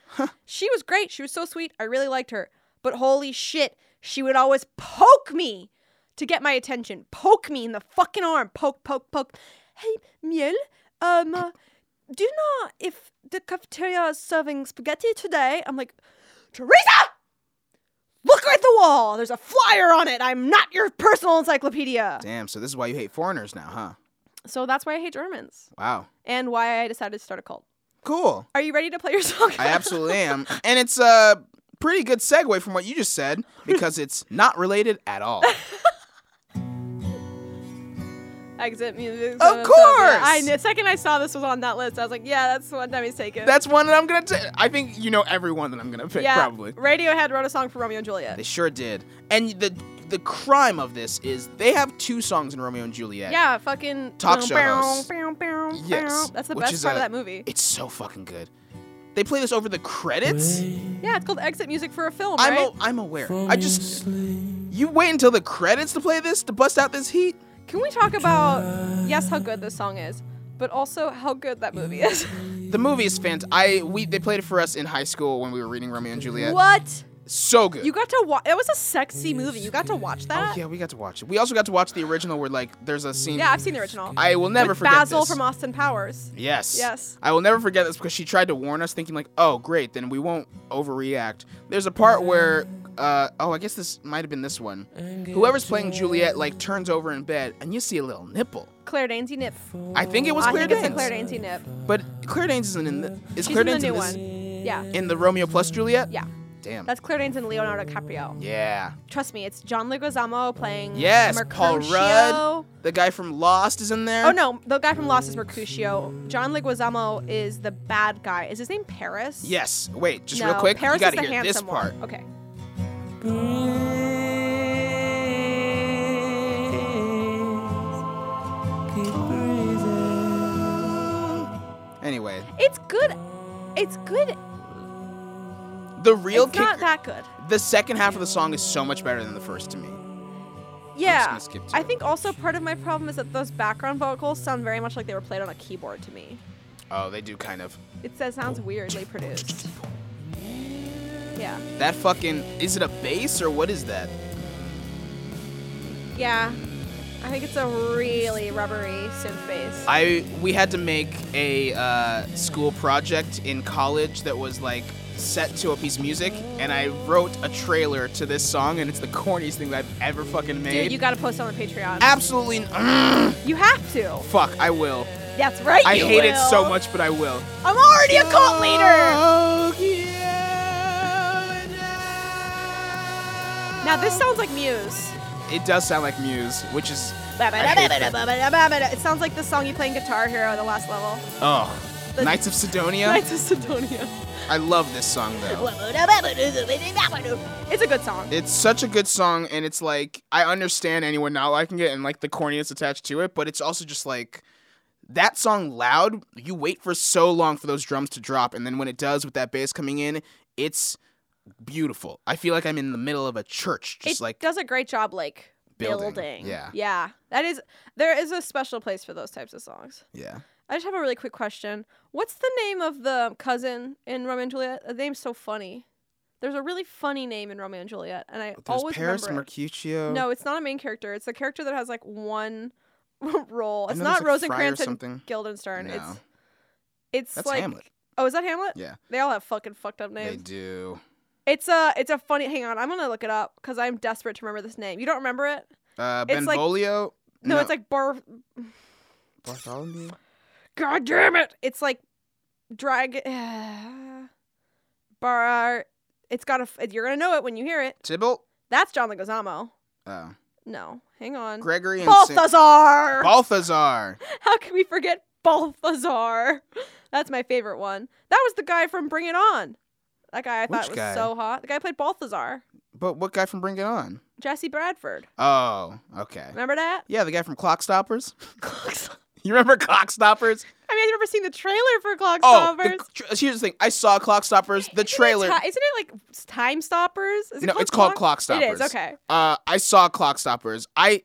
[SPEAKER 1] She was great. She was so sweet. I really liked her. But holy shit, she would always poke me to get my attention. Poke me in the fucking arm. Poke, poke, poke. Hey, Miel, um, uh, do you know if the cafeteria is serving spaghetti today? I'm like, Teresa! wall. There's a flyer on it. I'm not your personal encyclopedia.
[SPEAKER 2] Damn, so this is why you hate foreigners now, huh?
[SPEAKER 1] So that's why I hate Germans
[SPEAKER 2] Wow.
[SPEAKER 1] and why I decided to start a cult.
[SPEAKER 2] Cool.
[SPEAKER 1] Are you ready to play your song?
[SPEAKER 2] I absolutely am. And it's a pretty good segue from what you just said because it's not related at all.
[SPEAKER 1] Exit music.
[SPEAKER 2] Of course!
[SPEAKER 1] I knew, the second I saw this was on that list, I was like, yeah, that's the one time he's taken.
[SPEAKER 2] That's one that I'm going to I think you know everyone that I'm going to pick
[SPEAKER 1] yeah,
[SPEAKER 2] probably.
[SPEAKER 1] Radiohead wrote a song for Romeo and
[SPEAKER 2] They
[SPEAKER 1] Juliet.
[SPEAKER 2] sure did. And the the crime of this is they have two songs in Romeo and Juliet.
[SPEAKER 1] Yeah, fucking
[SPEAKER 2] Talk show
[SPEAKER 1] Bow,
[SPEAKER 2] hosts.
[SPEAKER 1] bow, bow, bow.
[SPEAKER 2] Yes,
[SPEAKER 1] that's the
[SPEAKER 2] which
[SPEAKER 1] best
[SPEAKER 2] is
[SPEAKER 1] part of
[SPEAKER 2] a-
[SPEAKER 1] that movie.
[SPEAKER 2] It's so fucking good. They play this over the credits.
[SPEAKER 1] Yeah, it's called exit music for a film,
[SPEAKER 2] I'm a,
[SPEAKER 1] right?
[SPEAKER 2] I'm aware. I just you wait until the credits to play this to bust out this heat.
[SPEAKER 1] Can we talk about yes, how good this song is, but also how good that movie is?
[SPEAKER 2] The movie is fant. I we they played it for us in high school when we were reading Romeo and Juliet.
[SPEAKER 1] what?
[SPEAKER 2] So good.
[SPEAKER 1] You got to watch. It was a sexy movie. You got to watch that.
[SPEAKER 2] Oh, yeah, we got to watch it. We also got to watch the original where like there's a scene.
[SPEAKER 1] Yeah, I've seen the original.
[SPEAKER 2] I will never
[SPEAKER 1] With
[SPEAKER 2] forget
[SPEAKER 1] Basil
[SPEAKER 2] this.
[SPEAKER 1] from Austin Powers.
[SPEAKER 2] Yes.
[SPEAKER 1] Yes.
[SPEAKER 2] I will never forget this because she tried to warn us, thinking like, "Oh, great, then we won't overreact." There's a part where, uh, oh, I guess this might have been this one. Whoever's playing Juliet like turns over in bed, and you see a little nipple.
[SPEAKER 1] Claire Danes nip.
[SPEAKER 2] I think it was
[SPEAKER 1] I
[SPEAKER 2] Claire
[SPEAKER 1] think it's a
[SPEAKER 2] Danes.
[SPEAKER 1] Claire Danes nip.
[SPEAKER 2] But Claire Danes isn't in the. Is
[SPEAKER 1] She's
[SPEAKER 2] Claire
[SPEAKER 1] in the
[SPEAKER 2] Danes in
[SPEAKER 1] new
[SPEAKER 2] this?
[SPEAKER 1] one. Yeah,
[SPEAKER 2] In the Romeo plus Juliet?
[SPEAKER 1] yeah.
[SPEAKER 2] Damn.
[SPEAKER 1] That's Claire Danes and Leonardo DiCaprio.
[SPEAKER 2] yeah.
[SPEAKER 1] Trust me, it's John Leguizamo playing
[SPEAKER 2] Yes, Paul
[SPEAKER 1] Mercutio.
[SPEAKER 2] Rudd. The guy from Lost is in there.
[SPEAKER 1] Oh no, the guy from Lost is Mercutio. John Leguizamo is the bad guy. Is his name Paris?
[SPEAKER 2] Yes. Wait, just
[SPEAKER 1] no,
[SPEAKER 2] real quick.
[SPEAKER 1] Paris
[SPEAKER 2] you gotta
[SPEAKER 1] is the
[SPEAKER 2] hear this
[SPEAKER 1] handsome
[SPEAKER 2] part.
[SPEAKER 1] one. Okay.
[SPEAKER 2] Anyway,
[SPEAKER 1] It's good. It's good.
[SPEAKER 2] the real
[SPEAKER 1] it's not
[SPEAKER 2] kicker.
[SPEAKER 1] that good.
[SPEAKER 2] the second half of the song is so much better than the first to me.
[SPEAKER 1] Yeah.
[SPEAKER 2] just gonna skip to
[SPEAKER 1] I
[SPEAKER 2] it.
[SPEAKER 1] think also part of my problem is that those background vocals sound very much like they were played on a keyboard to me.
[SPEAKER 2] Oh, they do kind of.
[SPEAKER 1] It says sounds weirdly produced. Yeah.
[SPEAKER 2] That fucking is it a bass or what is that?
[SPEAKER 1] Yeah. I think it's a really rubbery synth bass.
[SPEAKER 2] I we had to make a uh, school project in college that was like set to a piece of music, and I wrote a trailer to this song, and it's the corniest thing that I've ever fucking made.
[SPEAKER 1] Dude, you gotta post it on the Patreon.
[SPEAKER 2] Absolutely, n-
[SPEAKER 1] you have to.
[SPEAKER 2] fuck, I will.
[SPEAKER 1] That's right.
[SPEAKER 2] I
[SPEAKER 1] you
[SPEAKER 2] hate it so
[SPEAKER 1] will.
[SPEAKER 2] much, but I will.
[SPEAKER 1] I'm already a cult leader.
[SPEAKER 2] Oh,
[SPEAKER 1] Now this sounds like Muse.
[SPEAKER 2] It does sound like Muse, which is
[SPEAKER 1] It sounds like the song you play in Guitar Hero at the last level.
[SPEAKER 2] oh,
[SPEAKER 1] The-
[SPEAKER 2] Knights of Sidonia.
[SPEAKER 1] Knights of Sidonia.
[SPEAKER 2] I love this song though.
[SPEAKER 1] It's a good song.
[SPEAKER 2] It's such a good song, and it's like I understand anyone not liking it and like the corniness attached to it, but it's also just like that song loud. You wait for so long for those drums to drop, and then when it does with that bass coming in, it's beautiful. I feel like I'm in the middle of a church, just
[SPEAKER 1] it
[SPEAKER 2] like
[SPEAKER 1] does a great job like
[SPEAKER 2] building,
[SPEAKER 1] building.
[SPEAKER 2] yeah.
[SPEAKER 1] Yeah. That is there is a special place for those types of songs.
[SPEAKER 2] yeah.
[SPEAKER 1] I just have a really quick question. What's the name of the cousin in Romeo and Juliet? The name's so funny. There's a really funny name in Romeo and Juliet, and I
[SPEAKER 2] There's
[SPEAKER 1] always
[SPEAKER 2] Paris
[SPEAKER 1] remember. it.
[SPEAKER 2] Mercutio.
[SPEAKER 1] No, it's not a main character. It's a character that has like one role.
[SPEAKER 2] And
[SPEAKER 1] It's
[SPEAKER 2] then
[SPEAKER 1] not
[SPEAKER 2] there's, like, Fry or
[SPEAKER 1] Rosencrantz and
[SPEAKER 2] something.
[SPEAKER 1] Guildenstern.
[SPEAKER 2] No.
[SPEAKER 1] It's it's
[SPEAKER 2] That's
[SPEAKER 1] like
[SPEAKER 2] Hamlet.
[SPEAKER 1] oh, is that Hamlet?
[SPEAKER 2] Yeah.
[SPEAKER 1] They all have fucking fucked up
[SPEAKER 2] They
[SPEAKER 1] names.
[SPEAKER 2] do.
[SPEAKER 1] It's a it's a funny. Hang on, I'm gonna look it up because I'm desperate to remember this name. You don't remember it?
[SPEAKER 2] Uh,
[SPEAKER 1] It's like-
[SPEAKER 2] Benvolio.
[SPEAKER 1] No, it's like bar.
[SPEAKER 2] Bartholomew.
[SPEAKER 1] God damn it! It's like drag. bar. It's got a. f- You're gonna know it when you hear it.
[SPEAKER 2] Tybalt.
[SPEAKER 1] That's John Leguizamo.
[SPEAKER 2] Oh.
[SPEAKER 1] No, hang on.
[SPEAKER 2] Gregory and Saint-
[SPEAKER 1] Balthazar.
[SPEAKER 2] Balthazar.
[SPEAKER 1] How can we forget Balthazar? That's my favorite one. That was the guy from Bring It On. That guy I
[SPEAKER 2] Which
[SPEAKER 1] thought was
[SPEAKER 2] guy?
[SPEAKER 1] so hot. The guy who played Balthazar.
[SPEAKER 2] But what guy from Bring It On?
[SPEAKER 1] Jesse Bradford.
[SPEAKER 2] Oh, okay.
[SPEAKER 1] Remember that?
[SPEAKER 2] Yeah, the guy from Clock Stoppers.
[SPEAKER 1] I
[SPEAKER 2] You remember Clock Stoppers?
[SPEAKER 1] mean, I've never seen the trailer for Clock
[SPEAKER 2] Oh,
[SPEAKER 1] Stoppers.
[SPEAKER 2] the, tr- here's the thing. I saw Clock Stoppers, the trailer.
[SPEAKER 1] Isn't it, ti- isn't it like s- Time Stoppers? Is it
[SPEAKER 2] no, it's called Clock
[SPEAKER 1] It
[SPEAKER 2] Stoppers.
[SPEAKER 1] is, okay.
[SPEAKER 2] Uh, I saw Clock Stoppers. I,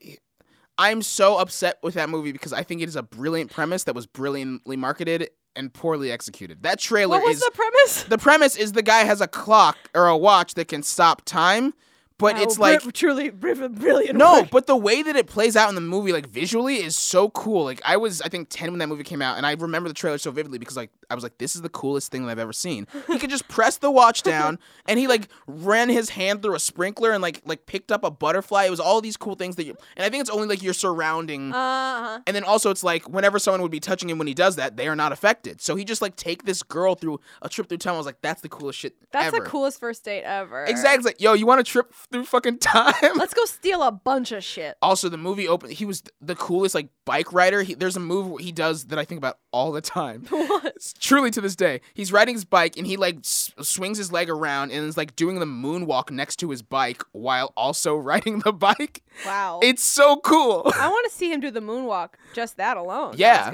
[SPEAKER 2] I'm so upset with that movie because I think it is a brilliant premise that was brilliantly marketed and poorly executed. That trailer
[SPEAKER 1] What was
[SPEAKER 2] is
[SPEAKER 1] the premise?
[SPEAKER 2] the premise is the guy has a clock or a watch that can stop time, but
[SPEAKER 1] Wow,
[SPEAKER 2] it's
[SPEAKER 1] br-
[SPEAKER 2] like
[SPEAKER 1] Oh, truly br- brilliant.
[SPEAKER 2] no,
[SPEAKER 1] work.
[SPEAKER 2] but the way that it plays out in the movie, like visually, is so cool. Like I was, I think, ten when that movie came out, and I remember the trailer so vividly because like I was like, this is the coolest thing that I've ever seen. He could just press the watch down, and he like ran his hand through a sprinkler and like like picked up a butterfly. It was all these cool things that you, and I think it's only like your surrounding.
[SPEAKER 1] uh-huh.
[SPEAKER 2] and then also it's like whenever someone would be touching him when he does that, they are not affected. So he just like take this girl through a trip through time. I was like, that's the coolest shit
[SPEAKER 1] That's
[SPEAKER 2] ever.
[SPEAKER 1] the coolest first date ever.
[SPEAKER 2] Exactly. Like, yo, you want to trip through fucking time?
[SPEAKER 1] Let's go steal a bunch of shit.
[SPEAKER 2] also the movie open he was the coolest like bike rider he, there's a move where he does that i think about all the time
[SPEAKER 1] What?
[SPEAKER 2] It's truly to this day he's riding his bike and he like s- swings his leg around and is like doing the moonwalk next to his bike while also riding the bike
[SPEAKER 1] Wow.
[SPEAKER 2] it's so cool
[SPEAKER 1] I want to see him do the moonwalk. Just that alone. That
[SPEAKER 2] Yeah.
[SPEAKER 1] was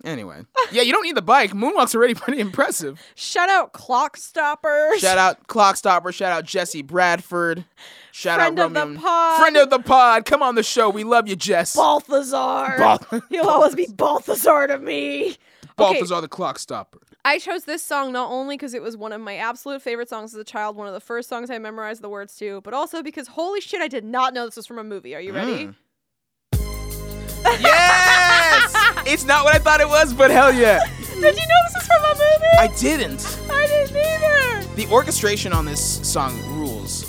[SPEAKER 1] good.
[SPEAKER 2] anyway yeah you don't need the bike moonwalk's already pretty impressive
[SPEAKER 1] Shout out Clock Stoppers.
[SPEAKER 2] shout out clock stopper shout out jesse bradford shout
[SPEAKER 1] Friend
[SPEAKER 2] out
[SPEAKER 1] of the
[SPEAKER 2] Romeo and-
[SPEAKER 1] pod.
[SPEAKER 2] friend of the pod come on the show we love you jess
[SPEAKER 1] Balthazar.
[SPEAKER 2] Bal-
[SPEAKER 1] He'll always be Balthazar to me.
[SPEAKER 2] balthazar the clock stopper
[SPEAKER 1] I chose this song not only because it was one of my absolute favorite songs as a child, one of the first songs I memorized the words to, but also because holy shit, I did not know this was from a movie. Are you ready?
[SPEAKER 2] Mm. Yes! it's not what I thought it was, but hell yeah.
[SPEAKER 1] Did you know this is from a movie?
[SPEAKER 2] I didn't.
[SPEAKER 1] I didn't either.
[SPEAKER 2] The orchestration on this song rules.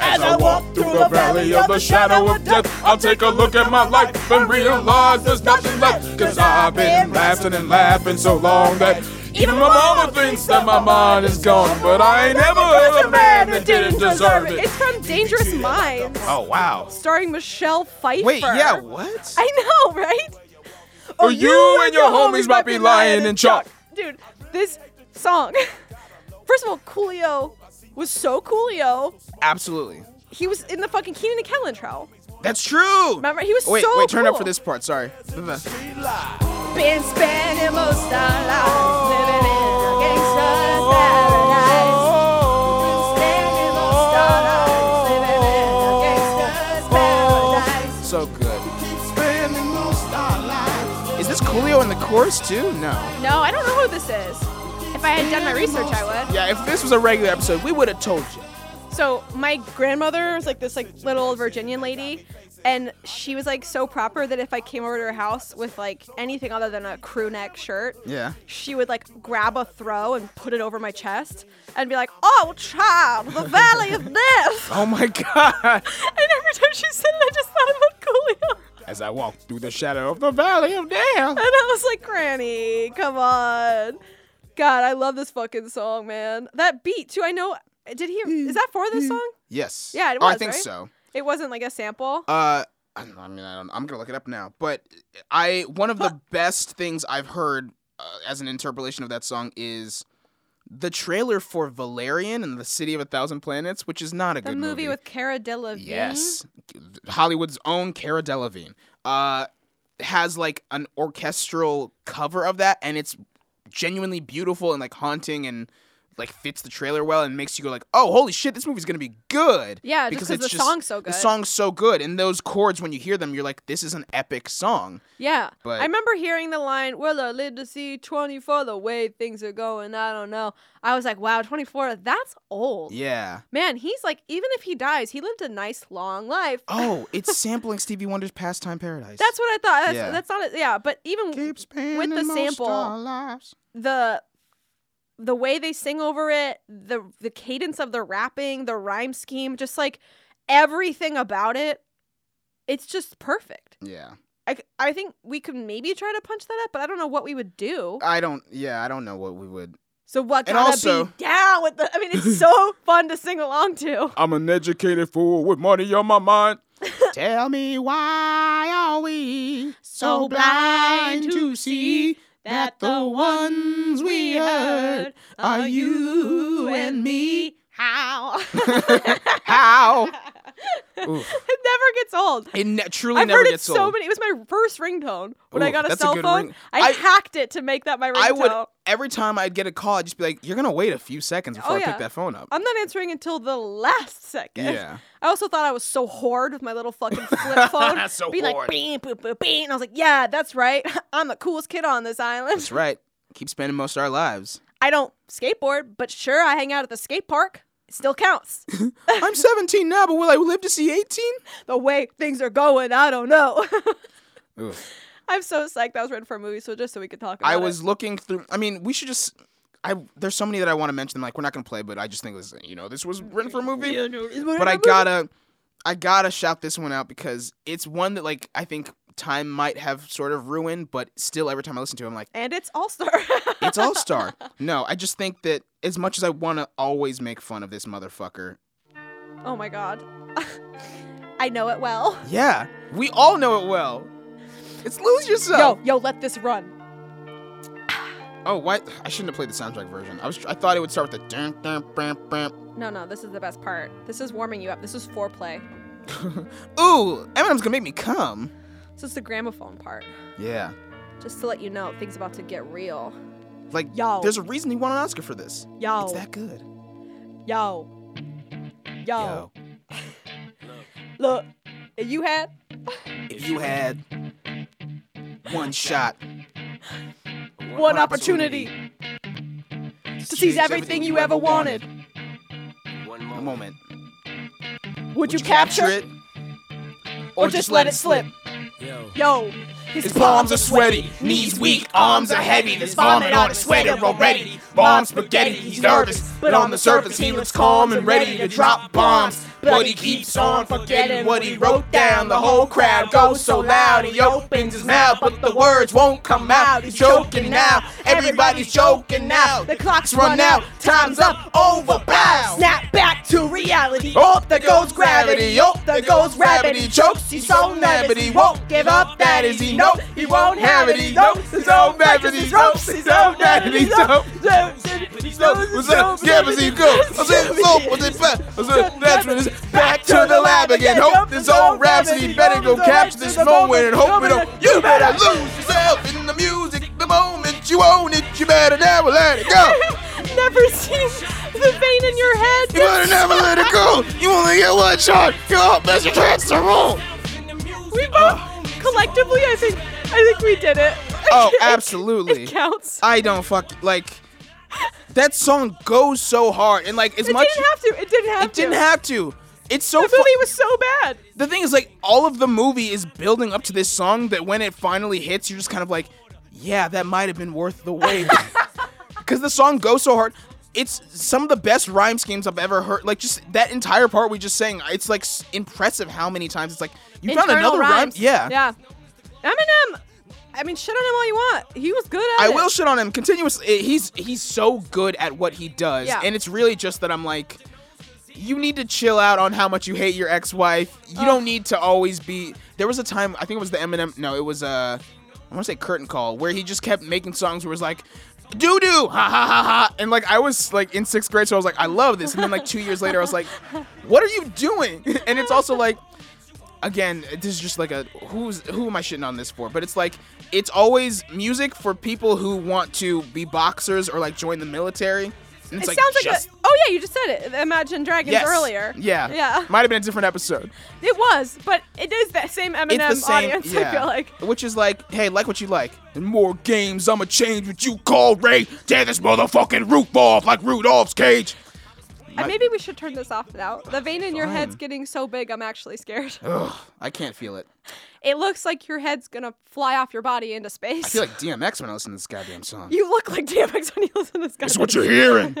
[SPEAKER 5] As I walk through the valley of the shadow of death, I'll take a look at my life and realize there's nothing left. Cause I've been laughing and laughing so long that even my mama thinks that my mind is gone. But I ain't ever heard a man that didn't deserve it.
[SPEAKER 1] It's from Dangerous Minds,
[SPEAKER 2] Oh, wow.
[SPEAKER 1] starring Michelle Pfeiffer.
[SPEAKER 2] Wait, yeah, what?
[SPEAKER 1] I know, right?
[SPEAKER 5] Oh,
[SPEAKER 1] Oh,
[SPEAKER 2] Or you and your homies might be lying in chalk.
[SPEAKER 1] Dude, this song. First of all, Coolio was so Coolio.
[SPEAKER 2] Absolutely.
[SPEAKER 1] He was in the fucking Keenan and Kellen trial.
[SPEAKER 2] That's true.
[SPEAKER 1] Remember? He was
[SPEAKER 2] wait,
[SPEAKER 1] so
[SPEAKER 2] wait, turn up
[SPEAKER 1] cool.
[SPEAKER 2] for this part. Sorry. Buh-buh.
[SPEAKER 3] Been spending most of our lives living in a
[SPEAKER 1] Oh.
[SPEAKER 3] gangster's paradise. Been spending most of our lives living in a gangster's paradise.
[SPEAKER 2] So
[SPEAKER 1] Oh.
[SPEAKER 2] good. Is this Coolio in the chorus too? No.
[SPEAKER 1] No, I don't know who this is. If I had done my research, I would.
[SPEAKER 2] Yeah, if this was a regular episode, we would have told you.
[SPEAKER 1] So my grandmother was like this like little Virginian lady, and she was like so proper that if I came over to her house with like anything other than a crew neck shirt,
[SPEAKER 2] Yeah.
[SPEAKER 1] she would like grab a throw and put it over my chest and be like, "Oh, child, the valley of death."
[SPEAKER 2] Oh my god.
[SPEAKER 1] And every time she said it, I just thought about Coolio,
[SPEAKER 2] As I walk through the shadow of the valley of death.
[SPEAKER 1] and I was like, "Granny, come on." God, I love this fucking song, man. That beat too. I know. Did he? Is that for this song?
[SPEAKER 2] Yes.
[SPEAKER 1] Yeah, it
[SPEAKER 2] Oh, I
[SPEAKER 1] was,
[SPEAKER 2] think
[SPEAKER 1] right?
[SPEAKER 2] so.
[SPEAKER 1] It wasn't like a sample.
[SPEAKER 2] Uh, I, don't, know, I mean, I don't. I'm gonna look it up now. But I one of the best things I've heard uh, as an interpolation of that song is the trailer for Valerian and the City of a Thousand Planets, which is not a
[SPEAKER 1] The
[SPEAKER 2] good
[SPEAKER 1] movie, with Cara Delevingne.
[SPEAKER 2] Yes. Hollywood's own Cara Delevingne uh, has like an orchestral cover of that, and it's genuinely beautiful and like haunting and like fits the trailer well and makes you go like, oh, holy shit, this movie's gonna be good.
[SPEAKER 1] Yeah, just 'cause
[SPEAKER 2] it's
[SPEAKER 1] the song's so
[SPEAKER 2] The
[SPEAKER 1] good.
[SPEAKER 2] song's so good, and those chords when you hear them, you're like, this is an epic song.
[SPEAKER 1] Yeah.
[SPEAKER 2] But-
[SPEAKER 1] I remember hearing the line, "Well, I live to see 24. The way things are going, I don't know." I was like, "Wow, 24. That's old."
[SPEAKER 2] Yeah.
[SPEAKER 1] Man, he's like, even if he dies, he lived a nice long life.
[SPEAKER 2] Oh, it's sampling Stevie Wonder's "Pastime Paradise."
[SPEAKER 1] That's what I thought. That's,
[SPEAKER 2] Yeah.
[SPEAKER 1] that's not. A, yeah, but even
[SPEAKER 2] keeps
[SPEAKER 1] with the sample. the the way they sing over it, the the cadence of the rapping, the rhyme scheme, just like everything about it, it's just perfect.
[SPEAKER 2] Yeah,
[SPEAKER 1] I, c- I think we could maybe try to punch that up, but I don't know what we would do.
[SPEAKER 2] I don't. Yeah, I don't know what we would.
[SPEAKER 1] So what
[SPEAKER 2] and
[SPEAKER 1] gotta
[SPEAKER 2] also-
[SPEAKER 1] be down with the? I mean, it's so fun to sing along to.
[SPEAKER 5] I'm an educated fool with money on my mind.
[SPEAKER 2] Tell me why are we
[SPEAKER 1] So blind to see that the
[SPEAKER 2] ones we
[SPEAKER 1] heard are you and me. How?
[SPEAKER 2] How? Oof.
[SPEAKER 1] it never gets old.
[SPEAKER 2] It ne- truly
[SPEAKER 1] I've
[SPEAKER 2] never
[SPEAKER 1] heard it
[SPEAKER 2] gets
[SPEAKER 1] so
[SPEAKER 2] old.
[SPEAKER 1] many. It was my first ringtone when I
[SPEAKER 2] Ooh,
[SPEAKER 1] got a
[SPEAKER 2] that's a
[SPEAKER 1] cell
[SPEAKER 2] good
[SPEAKER 1] phone.
[SPEAKER 2] ring-
[SPEAKER 1] I,
[SPEAKER 2] I-
[SPEAKER 1] hacked it to make that my ringtone.
[SPEAKER 2] I would every time I'd get a call, I'd just be like, "You're gonna wait a few seconds before
[SPEAKER 1] Oh,
[SPEAKER 2] I
[SPEAKER 1] yeah.
[SPEAKER 2] pick that phone up."
[SPEAKER 1] I'm not answering until the last second.
[SPEAKER 2] yeah,
[SPEAKER 1] I also thought I was so hard with my little fucking flip phone.
[SPEAKER 2] So
[SPEAKER 1] be like,
[SPEAKER 2] hard.
[SPEAKER 1] beep, boop, boop, beep. And I was like, yeah, that's right. I'm the coolest kid on this island.
[SPEAKER 2] that's right. Keep spending most of our lives.
[SPEAKER 1] I don't skateboard, but sure, I hang out at the skate park. still counts.
[SPEAKER 2] I'm 17 now, but will I live to see 18?
[SPEAKER 1] the way things are going, I don't know.
[SPEAKER 2] Ugh.
[SPEAKER 1] I'm so psyched that was written for a movie, so just so we could talk about
[SPEAKER 2] I
[SPEAKER 1] it.
[SPEAKER 2] was looking through. I mean, we should just. I there's so many that I want to mention. Like we're not gonna play, but I just think this. You know, this was written for a movie. but I gotta, I gotta shout this one out because it's one that like I think time might have sort of ruined, but still every time I listen to, it, I'm like,
[SPEAKER 1] And it's All Star.
[SPEAKER 2] it's All Star. no, I just think that as much as I want to always make fun of this motherfucker,
[SPEAKER 1] oh my god. I know it well.
[SPEAKER 2] yeah, we all know it well. It's lose yourself.
[SPEAKER 1] Yo, yo, let this run.
[SPEAKER 2] Oh, why? I shouldn't have played the soundtrack version. I was. I thought it would start with the. Dun, dun, bam, bam.
[SPEAKER 1] No, no, this is the best part. This is warming you up. This is foreplay.
[SPEAKER 2] Ooh, Eminem's gonna make me come.
[SPEAKER 1] This is the gramophone part.
[SPEAKER 2] Yeah.
[SPEAKER 1] Just to let you know, things about to get real.
[SPEAKER 2] Like,
[SPEAKER 1] Yo.
[SPEAKER 2] there's a reason he won an Oscar for this.
[SPEAKER 1] Yo,
[SPEAKER 2] It's that good.
[SPEAKER 1] yo, yo, Look, if you had
[SPEAKER 2] If you had one shot,
[SPEAKER 1] one opportunity to seize everything you ever wanted,
[SPEAKER 4] One
[SPEAKER 2] a
[SPEAKER 4] moment.
[SPEAKER 2] moment,
[SPEAKER 1] would you capture it or just let it slip? Yo, his
[SPEAKER 2] His palms are sweaty, knees weak, arms are heavy. There's vomit on his sweater already. Bomb spaghetti, he's nervous, but on the surface he looks calm and ready to drop bombs. But he keeps on forgetting what he wrote down. The whole crowd goes so loud. He opens his mouth, but the words won't come out. He's choking now. Everybody's choking now.
[SPEAKER 1] The clock's
[SPEAKER 2] It's run out. Time's up. Over. Bow.
[SPEAKER 1] Snap back to reality.
[SPEAKER 2] Oh, there goes gravity. Oh, there goes gravity. He chokes. He's so mad, but he won't give up. That is, he knows he won't have it. He knows he's so mad, but he knows he's so mad, but he knows. What's up? Yeah, but he goes. What's it? So, what's it? Back? What's it? That's when it's back to the lab again. Hope this old rhapsody better go capture this moment and hope it don't. You better lose yourself in the music. The moment you own it, you better never let it go.
[SPEAKER 1] Never seen the vein in your head.
[SPEAKER 2] You better never let it go. You only get one shot. Your whole best chance to roll.
[SPEAKER 1] We both collectively, I think, I think we did it.
[SPEAKER 2] Oh,
[SPEAKER 1] It
[SPEAKER 2] absolutely. Uh,
[SPEAKER 1] counts.
[SPEAKER 2] I don't fuck like that song goes so hard and like as
[SPEAKER 1] It
[SPEAKER 2] much
[SPEAKER 1] didn't have to. It didn't have
[SPEAKER 2] it didn't
[SPEAKER 1] to.
[SPEAKER 2] have to. It's so
[SPEAKER 1] the
[SPEAKER 2] fu-
[SPEAKER 1] movie was so bad.
[SPEAKER 2] the thing is like all of the movie is building up to this song that when it finally hits you're just kind of like yeah that might have been worth the wait because the song goes so hard it's some of the best rhyme schemes I've ever heard like just that entire part we just sang it's like s- impressive how many times it's like you found
[SPEAKER 1] Internal
[SPEAKER 2] another rhyme
[SPEAKER 1] rhymes.
[SPEAKER 2] yeah
[SPEAKER 1] Yeah. Eminem. I mean, shit on him all you want. He was good at
[SPEAKER 2] I
[SPEAKER 1] it.
[SPEAKER 2] will shit on him continuously. He's he's so good at what he does,
[SPEAKER 1] Yeah.
[SPEAKER 2] and it's really just that I'm like, you need to chill out on how much you hate your ex-wife. You don't need to always be. There was a time I think it was the Eminem. No, it was uh, I want to say Curtain Call, where he just kept making songs where it's like. Doo doo, ha ha ha ha, and like I was like in sixth grade, so I was like, I love this, and then like two years later, I was like, what are you doing? And it's also like, again, this is just like a who's who am I shitting on this for? But it's like it's always music for people who want to be boxers or like join the military. And
[SPEAKER 1] It
[SPEAKER 2] it's like
[SPEAKER 1] sounds like
[SPEAKER 2] just,
[SPEAKER 1] a. Oh yeah, you just said it. Imagine Dragons
[SPEAKER 2] yes.
[SPEAKER 1] earlier.
[SPEAKER 2] Yeah,
[SPEAKER 1] Yeah.
[SPEAKER 2] Might have been a different episode.
[SPEAKER 1] It was, but it is that same Eminem
[SPEAKER 2] it's the same.
[SPEAKER 1] audience.
[SPEAKER 2] yeah.
[SPEAKER 1] I feel like.
[SPEAKER 2] which is like, hey, like what you like, and more games. I'ma change what you call Ray. Tear this motherfucking roof off like Rudolph's cage.
[SPEAKER 1] And maybe we should turn this off now. The vein in your head's getting so big, I'm actually scared.
[SPEAKER 2] Ugh, I can't feel it.
[SPEAKER 1] It looks like your head's gonna fly off your body into space.
[SPEAKER 2] I feel like DMX when I listen to this goddamn song.
[SPEAKER 1] you look like DMX when you listen to this guy.
[SPEAKER 2] That's what you're hearing.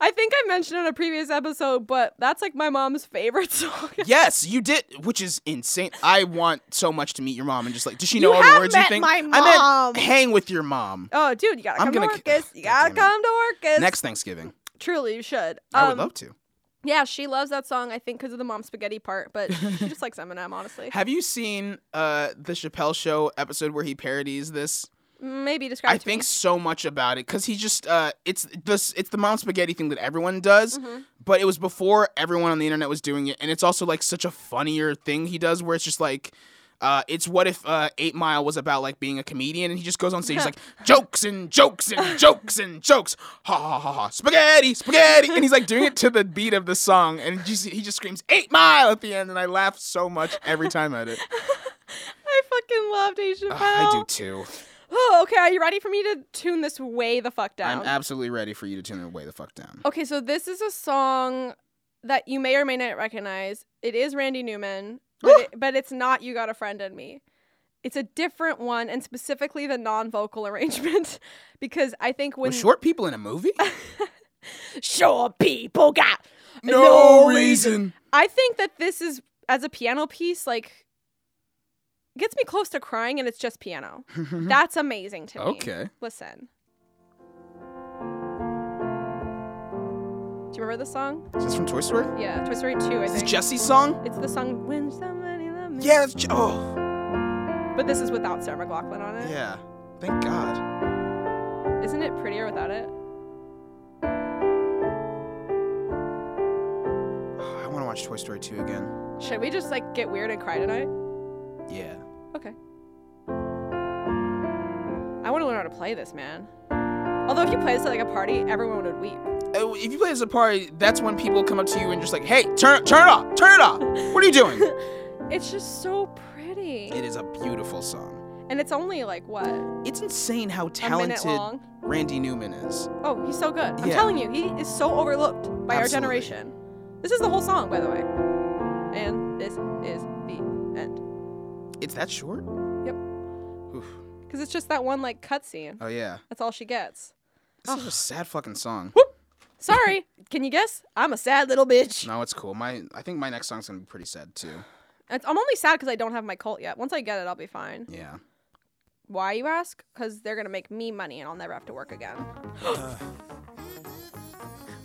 [SPEAKER 1] I think I mentioned in a previous episode, but that's like my mom's favorite song.
[SPEAKER 2] Yes, you did, which is insane. I want so much to meet your mom and just like, does she
[SPEAKER 1] You
[SPEAKER 2] know all
[SPEAKER 1] have
[SPEAKER 2] the words you
[SPEAKER 1] met
[SPEAKER 2] think?
[SPEAKER 1] my
[SPEAKER 2] I
[SPEAKER 1] mom.
[SPEAKER 2] meant hang with your mom
[SPEAKER 1] Oh, dude, you gotta
[SPEAKER 2] I'm
[SPEAKER 1] come to
[SPEAKER 2] gonna-
[SPEAKER 1] Orcus. You
[SPEAKER 2] God damn
[SPEAKER 1] gotta
[SPEAKER 2] it.
[SPEAKER 1] come to Orcus.
[SPEAKER 2] next Thanksgiving.
[SPEAKER 1] Truly, you should.
[SPEAKER 2] I would
[SPEAKER 1] Um,
[SPEAKER 2] love to.
[SPEAKER 1] Yeah, she loves that song, I think, because of the mom spaghetti part, but she just likes Eminem, honestly.
[SPEAKER 2] Have you seen uh, the Chappelle Show episode where he parodies this?
[SPEAKER 1] Mm, Maybe describe
[SPEAKER 2] I
[SPEAKER 1] it to
[SPEAKER 2] think
[SPEAKER 1] me.
[SPEAKER 2] so much about it because he just uh, it's this it's the mom spaghetti thing that everyone does, but it was before everyone on the internet was doing it, and it's also like such a funnier thing he does where it's just like. Uh, it's what if uh, Eight Mile was about like being a comedian, and he just goes on stage he's like jokes and jokes and jokes and jokes, ha ha ha ha, spaghetti, spaghetti, and he's like doing it to the beat of the song, and just, he just screams Eight Mile at the end, and I laugh so much every time at it.
[SPEAKER 1] I fucking loved Asian Pal.
[SPEAKER 2] I do too.
[SPEAKER 1] Oh, okay. Are you ready for me to tune this way the fuck down?
[SPEAKER 2] I'm absolutely ready for you to tune it way the fuck down.
[SPEAKER 1] okay, so this is a song that you may or may not recognize. It is Randy Newman, but, it, but it's not You Got a Friend in Me. It's a different one, and specifically the non vocal arrangement, because I think when.
[SPEAKER 2] With short people in a movie?
[SPEAKER 1] Sure, people got
[SPEAKER 2] no reason.
[SPEAKER 1] I think that this is as a piano piece, like gets me close to crying, and it's just piano. That's amazing to me.
[SPEAKER 2] Hmm. Okay.
[SPEAKER 1] listen. Do you remember the song?
[SPEAKER 2] Is this from Toy Story?
[SPEAKER 1] Yeah, Toy Story Two. I
[SPEAKER 2] Is this
[SPEAKER 1] think
[SPEAKER 2] Jesse's song?
[SPEAKER 1] it's the song "When Somebody Loves Me."
[SPEAKER 2] Yeah, it's Je- oh
[SPEAKER 1] but this is without Sarah McLaughlin on it.
[SPEAKER 2] yeah. Thank God.
[SPEAKER 1] Isn't it prettier without it?
[SPEAKER 2] Oh, I want to watch Toy Story 2 again.
[SPEAKER 1] Should we just like get weird and cry tonight?
[SPEAKER 2] Yeah.
[SPEAKER 1] Okay. I want to learn how to play this, man. Although if you play this at like a party, everyone would weep.
[SPEAKER 2] Uh, If you play as a party, that's when people come up to you and just like, "Hey, turn, turn it off, turn it off. What are you doing?"
[SPEAKER 1] It's just so pretty.
[SPEAKER 2] it is a beautiful song.
[SPEAKER 1] And it's only like what?
[SPEAKER 2] It's insane how
[SPEAKER 1] A minute
[SPEAKER 2] talented
[SPEAKER 1] long.
[SPEAKER 2] Randy Newman is.
[SPEAKER 1] Oh, he's so good. I'm
[SPEAKER 2] Yeah.
[SPEAKER 1] telling you, he is so overlooked
[SPEAKER 2] Absolutely.
[SPEAKER 1] by our generation. This is the whole song, by the way. And this is the end.
[SPEAKER 2] It's that short?
[SPEAKER 1] Yep.
[SPEAKER 2] Oof.
[SPEAKER 1] Because it's just that one like cutscene.
[SPEAKER 2] Oh yeah.
[SPEAKER 1] That's all she gets.
[SPEAKER 2] This is a sad fucking song.
[SPEAKER 1] Sorry, can you guess? I'm a sad little bitch.
[SPEAKER 2] No, it's cool. My I think my next song's gonna be pretty sad too.
[SPEAKER 1] It's- I'm only sad because I don't have my cult yet. Once I get it, I'll be fine.
[SPEAKER 2] Yeah.
[SPEAKER 1] Why, you ask? Because they're going to make me money and I'll never have to work again.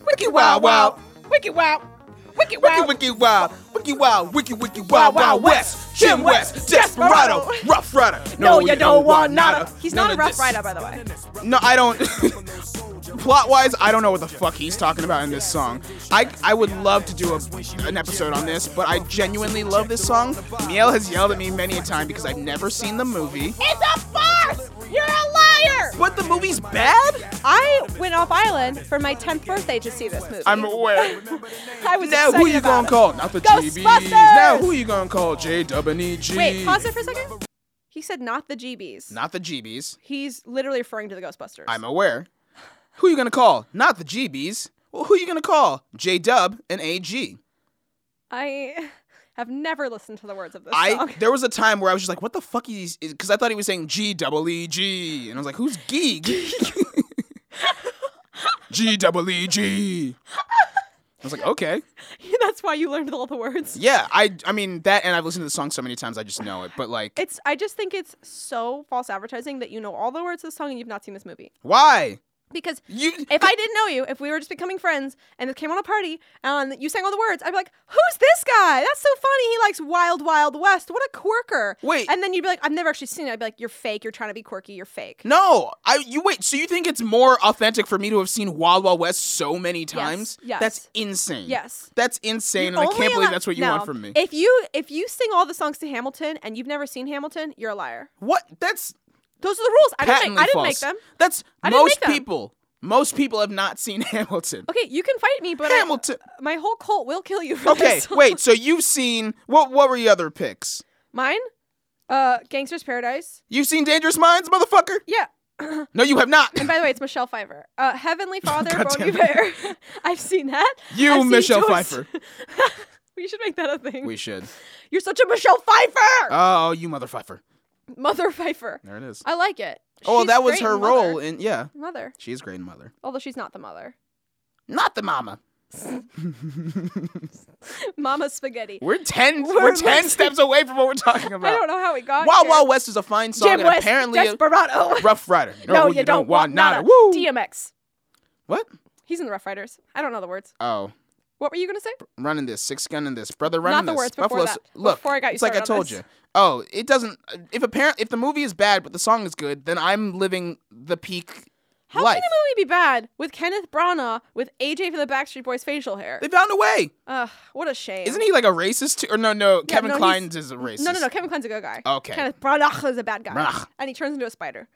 [SPEAKER 2] Wiki wow wow.
[SPEAKER 1] Wiki wow!
[SPEAKER 2] Wiki
[SPEAKER 1] Wiki wow!
[SPEAKER 2] wiki wow. Wiki wow. Wiki wiki wow wow west. Jim West. Desperado. Rough Rider.
[SPEAKER 1] No, you don't want nada. He's not a rough rider, by the way.
[SPEAKER 2] No, I don't. Plot wise, I don't know what the fuck he's talking about in this song. I, I would love to do a, an episode on this, but I genuinely love this song. Miel has yelled at me many a time because I've never seen the movie.
[SPEAKER 1] It's a farce! You're a liar!
[SPEAKER 2] But the movie's bad?
[SPEAKER 1] I went off island for my 10th birthday to see this movie.
[SPEAKER 2] I'm aware.
[SPEAKER 1] I was
[SPEAKER 2] Now who
[SPEAKER 1] excited
[SPEAKER 2] you gonna
[SPEAKER 1] about it.
[SPEAKER 2] call? Not the GBs.
[SPEAKER 1] Ghostbusters!
[SPEAKER 2] Now who you gonna call? J W E G.
[SPEAKER 1] Wait, pause it for a second. He said not the GBs.
[SPEAKER 2] Not the GBs.
[SPEAKER 1] He's literally referring to the Ghostbusters.
[SPEAKER 2] I'm aware. Who you gonna call? Not the GBs. Well, who you gonna call? J Dub and AG.
[SPEAKER 1] I have never listened to the words of this song.
[SPEAKER 2] I there was a time where I was just like, what the fuck is because I thought he was saying G double E G, and I was like, who's Geeg? G double E G. I was like, okay,
[SPEAKER 1] That's why you learned all the words.
[SPEAKER 2] yeah. I I mean that, and I've listened to the song so many times, I just know it. But like,
[SPEAKER 1] It's. I just think it's so false advertising that you know all the words of the song and you've not seen this movie.
[SPEAKER 2] why?
[SPEAKER 1] Because
[SPEAKER 2] You
[SPEAKER 1] if I didn't know you, if we were just becoming friends and it came on a party and you sang all the words, I'd be like, "Who's this guy? That's so funny. He likes Wild Wild West. What a quirker!"
[SPEAKER 2] Wait.
[SPEAKER 1] and then you'd be like, "I've never actually seen it." I'd be like, "You're fake. You're trying to be quirky. You're fake."
[SPEAKER 2] no, I you wait. So you think it's more authentic for me to have seen Wild Wild West so many times?
[SPEAKER 1] yes.
[SPEAKER 2] That's insane.
[SPEAKER 1] Yes.
[SPEAKER 2] That's insane,
[SPEAKER 1] You're
[SPEAKER 2] and I
[SPEAKER 1] only
[SPEAKER 2] can't believe
[SPEAKER 1] allo-
[SPEAKER 2] that's what you
[SPEAKER 1] No.
[SPEAKER 2] want from me.
[SPEAKER 1] If you if you sing all the songs to Hamilton and you've never seen Hamilton, you're a liar.
[SPEAKER 2] what? That's
[SPEAKER 1] Those are the rules. I didn't make,
[SPEAKER 2] patently
[SPEAKER 1] I didn't
[SPEAKER 2] false.
[SPEAKER 1] make them.
[SPEAKER 2] That's
[SPEAKER 1] I didn't
[SPEAKER 2] most
[SPEAKER 1] make them.
[SPEAKER 2] people. Most people have not seen Hamilton.
[SPEAKER 1] Okay, you can fight me, but I-
[SPEAKER 2] Hamilton.
[SPEAKER 1] my whole cult will kill you. For
[SPEAKER 2] Okay,
[SPEAKER 1] this.
[SPEAKER 2] wait. So you've seen what? What were your other picks?
[SPEAKER 1] Mine, uh, Gangster's Paradise.
[SPEAKER 2] You've seen Dangerous Minds, motherfucker?
[SPEAKER 1] Yeah.
[SPEAKER 2] No, you have not.
[SPEAKER 1] And by the way, it's Michelle Pfeiffer. Uh, Heavenly Father,
[SPEAKER 2] Oh, God
[SPEAKER 1] Bon
[SPEAKER 2] damn it.
[SPEAKER 1] Iver. I've seen that.
[SPEAKER 2] You,
[SPEAKER 1] I've seen
[SPEAKER 2] Michelle
[SPEAKER 1] Toy-
[SPEAKER 2] Pfeiffer.
[SPEAKER 1] we should make that a thing.
[SPEAKER 2] we should.
[SPEAKER 1] You're such a Michelle Pfeiffer,
[SPEAKER 2] Oh, you mother Pfeiffer.
[SPEAKER 1] Mother Pfeiffer.
[SPEAKER 2] There it is.
[SPEAKER 1] I like it.
[SPEAKER 2] Oh,
[SPEAKER 1] Uh, She's
[SPEAKER 2] that was
[SPEAKER 1] great
[SPEAKER 2] her
[SPEAKER 1] in Mother.
[SPEAKER 2] role in yeah.
[SPEAKER 1] Mother,
[SPEAKER 2] She's great in mother.
[SPEAKER 1] although she's not the mother.
[SPEAKER 2] Not the mama.
[SPEAKER 1] Mama Spaghetti.
[SPEAKER 2] We're 10
[SPEAKER 1] We're
[SPEAKER 2] we're, 10
[SPEAKER 1] listening-
[SPEAKER 2] steps away from what we're talking
[SPEAKER 1] I don't
[SPEAKER 2] about.
[SPEAKER 1] know how we got
[SPEAKER 2] Wild
[SPEAKER 1] here.
[SPEAKER 2] Wild West is a fine song
[SPEAKER 1] Jim
[SPEAKER 2] and
[SPEAKER 1] West,
[SPEAKER 2] apparently a
[SPEAKER 1] Desperado.
[SPEAKER 2] Rough Rider.
[SPEAKER 1] no, you, don't, want nada.
[SPEAKER 2] Woo.
[SPEAKER 1] DMX.
[SPEAKER 2] What?
[SPEAKER 1] He's in the Rough Riders. I don't know the words.
[SPEAKER 2] Oh,
[SPEAKER 1] What were you gonna say?
[SPEAKER 2] running this, six gun in this, brother running
[SPEAKER 1] the
[SPEAKER 2] this.
[SPEAKER 1] words before
[SPEAKER 2] Buffalo.
[SPEAKER 1] that.
[SPEAKER 2] S- Look,
[SPEAKER 1] Before I got you
[SPEAKER 2] it's like I
[SPEAKER 1] started on
[SPEAKER 2] told
[SPEAKER 1] this.
[SPEAKER 2] you. Oh, it doesn't. If apparent, if the movie is bad but the song is good, then I'm living the peak
[SPEAKER 1] How
[SPEAKER 2] life.
[SPEAKER 1] can a movie be bad with Kenneth Branagh with AJ from the Backstreet Boys facial hair?
[SPEAKER 2] They found a way.
[SPEAKER 1] Ugh, what a shame.
[SPEAKER 2] Isn't he like a racist? Too? Or no, no, Kevin
[SPEAKER 1] no, he's-
[SPEAKER 2] Klein's is a racist.
[SPEAKER 1] No, no, no. Kevin Kline's a good guy.
[SPEAKER 2] Okay.
[SPEAKER 1] Kenneth Branagh is a bad guy,
[SPEAKER 2] Branagh.
[SPEAKER 1] and he turns into a spider.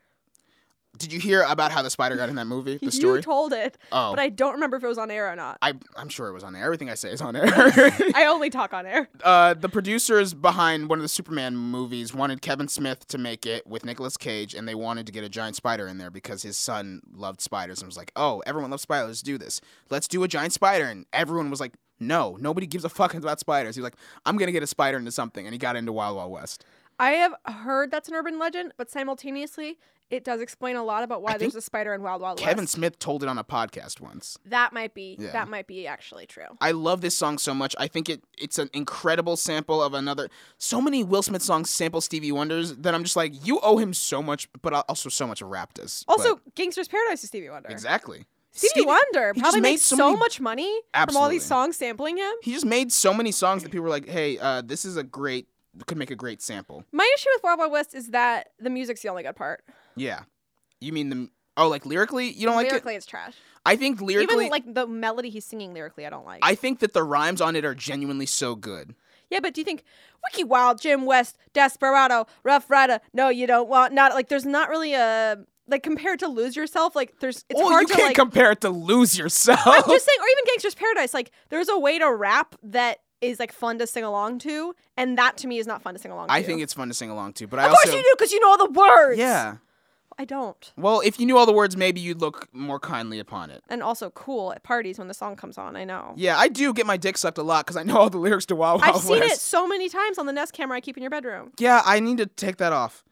[SPEAKER 2] Did you hear about how the spider got in that movie? The
[SPEAKER 1] you
[SPEAKER 2] story.
[SPEAKER 1] told it,
[SPEAKER 2] Oh.
[SPEAKER 1] but I don't remember if it was on air or not.
[SPEAKER 2] I, I'm sure it was on air. Everything I say is on air.
[SPEAKER 1] I only talk on air.
[SPEAKER 2] uh, the producers behind one of the Superman movies wanted Kevin Smith to make it with Nicolas Cage, and they wanted to get a giant spider in there because his son loved spiders and was like, "Oh, everyone loves spiders. Let's do this. Let's do a giant spider." And everyone was like, "No, nobody gives a fuck about spiders." He's like, "I'm gonna get a spider into something," and he got into Wild Wild West.
[SPEAKER 1] I have heard that's an urban legend, but simultaneously, it does explain a lot about why there's a spider in Wild Wild
[SPEAKER 2] Kevin
[SPEAKER 1] West.
[SPEAKER 2] Smith told it on a podcast once.
[SPEAKER 1] That might be
[SPEAKER 2] Yeah.
[SPEAKER 1] that might be actually true.
[SPEAKER 2] I love this song so much. I think it it's an incredible sample of another. So many Will Smith songs sample Stevie Wonder's that I'm just like, you owe him so much, but al- also so much raptus.
[SPEAKER 1] Also, Gangster's Paradise is Stevie Wonder.
[SPEAKER 2] exactly.
[SPEAKER 1] Stevie, Wonder
[SPEAKER 2] he just
[SPEAKER 1] probably
[SPEAKER 2] made
[SPEAKER 1] makes
[SPEAKER 2] so
[SPEAKER 1] so,
[SPEAKER 2] many-
[SPEAKER 1] much money from all
[SPEAKER 2] Absolutely.
[SPEAKER 1] these songs sampling him.
[SPEAKER 2] He just made so many songs that people were like, hey, uh, this is a great could make a great sample.
[SPEAKER 1] My issue with Wild Wild West is that the music's the only good part.
[SPEAKER 2] Yeah. You mean the oh like lyrically you don't like
[SPEAKER 1] lyrically, it's trash.
[SPEAKER 2] it? I think lyrically
[SPEAKER 1] Even like the melody he's singing lyrically, I don't like.
[SPEAKER 2] I think that the rhymes on it are genuinely so good.
[SPEAKER 1] yeah, but do you think Wiki Wild, Jim West, Desperado, Rough Rider? No, you don't want not like. There's not really a like compared to Lose Yourself. Like there's it's
[SPEAKER 2] oh,
[SPEAKER 1] hard
[SPEAKER 2] you
[SPEAKER 1] to
[SPEAKER 2] can't
[SPEAKER 1] like.
[SPEAKER 2] compare it to Lose Yourself.
[SPEAKER 1] I'm just saying, or even Gangster's Paradise. Like there's a way to rap that is like fun to sing along to, and that to me is not fun to sing along.
[SPEAKER 2] I
[SPEAKER 1] to.
[SPEAKER 2] think it's fun to sing along to, but I
[SPEAKER 1] Of
[SPEAKER 2] also
[SPEAKER 1] course you do, because you know all the words.
[SPEAKER 2] Yeah.
[SPEAKER 1] I don't.
[SPEAKER 2] Well, if you knew all the words, maybe you'd look more kindly upon it.
[SPEAKER 1] And also cool at parties when the song comes on. I know.
[SPEAKER 2] Yeah, I do get my dick sucked a lot because I know all the lyrics to Wild Wild
[SPEAKER 1] I've seen
[SPEAKER 2] West.
[SPEAKER 1] it so many times on the Nest camera I keep in your bedroom.
[SPEAKER 2] Yeah, I need to take that off.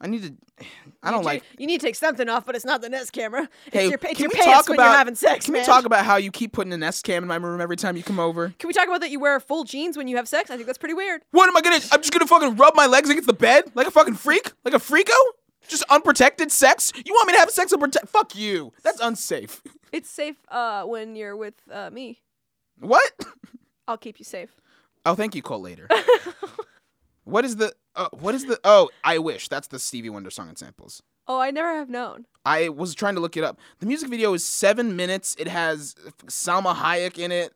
[SPEAKER 2] I need to. I don't
[SPEAKER 1] You
[SPEAKER 2] like.
[SPEAKER 1] do- You need to take something off, but it's not the Nest camera. It's
[SPEAKER 2] Hey,
[SPEAKER 1] your, it's
[SPEAKER 2] can
[SPEAKER 1] your
[SPEAKER 2] we
[SPEAKER 1] pants
[SPEAKER 2] talk
[SPEAKER 1] when
[SPEAKER 2] about-
[SPEAKER 1] you're having sex,
[SPEAKER 2] Can
[SPEAKER 1] man.
[SPEAKER 2] we talk about how you keep putting an S cam in my room every time you come over?
[SPEAKER 1] Can we talk about that you wear full jeans when you have sex? I think that's pretty weird.
[SPEAKER 2] What am I gonna? I'm just gonna fucking rub my legs against the bed like a fucking freak, like a freako. Just unprotected sex? You want me to have sex unprotected? Fuck you. That's unsafe.
[SPEAKER 1] It's safe uh, when you're with uh, me.
[SPEAKER 2] What?
[SPEAKER 1] I'll keep you safe.
[SPEAKER 2] Oh, thank you, Cole. Later. what is the? Uh, what is the? Oh, I wish. That's the Stevie Wonder song and samples.
[SPEAKER 1] Oh, I never have known.
[SPEAKER 2] I was trying to look it up. The music video is seven minutes. It has Salma Hayek in it.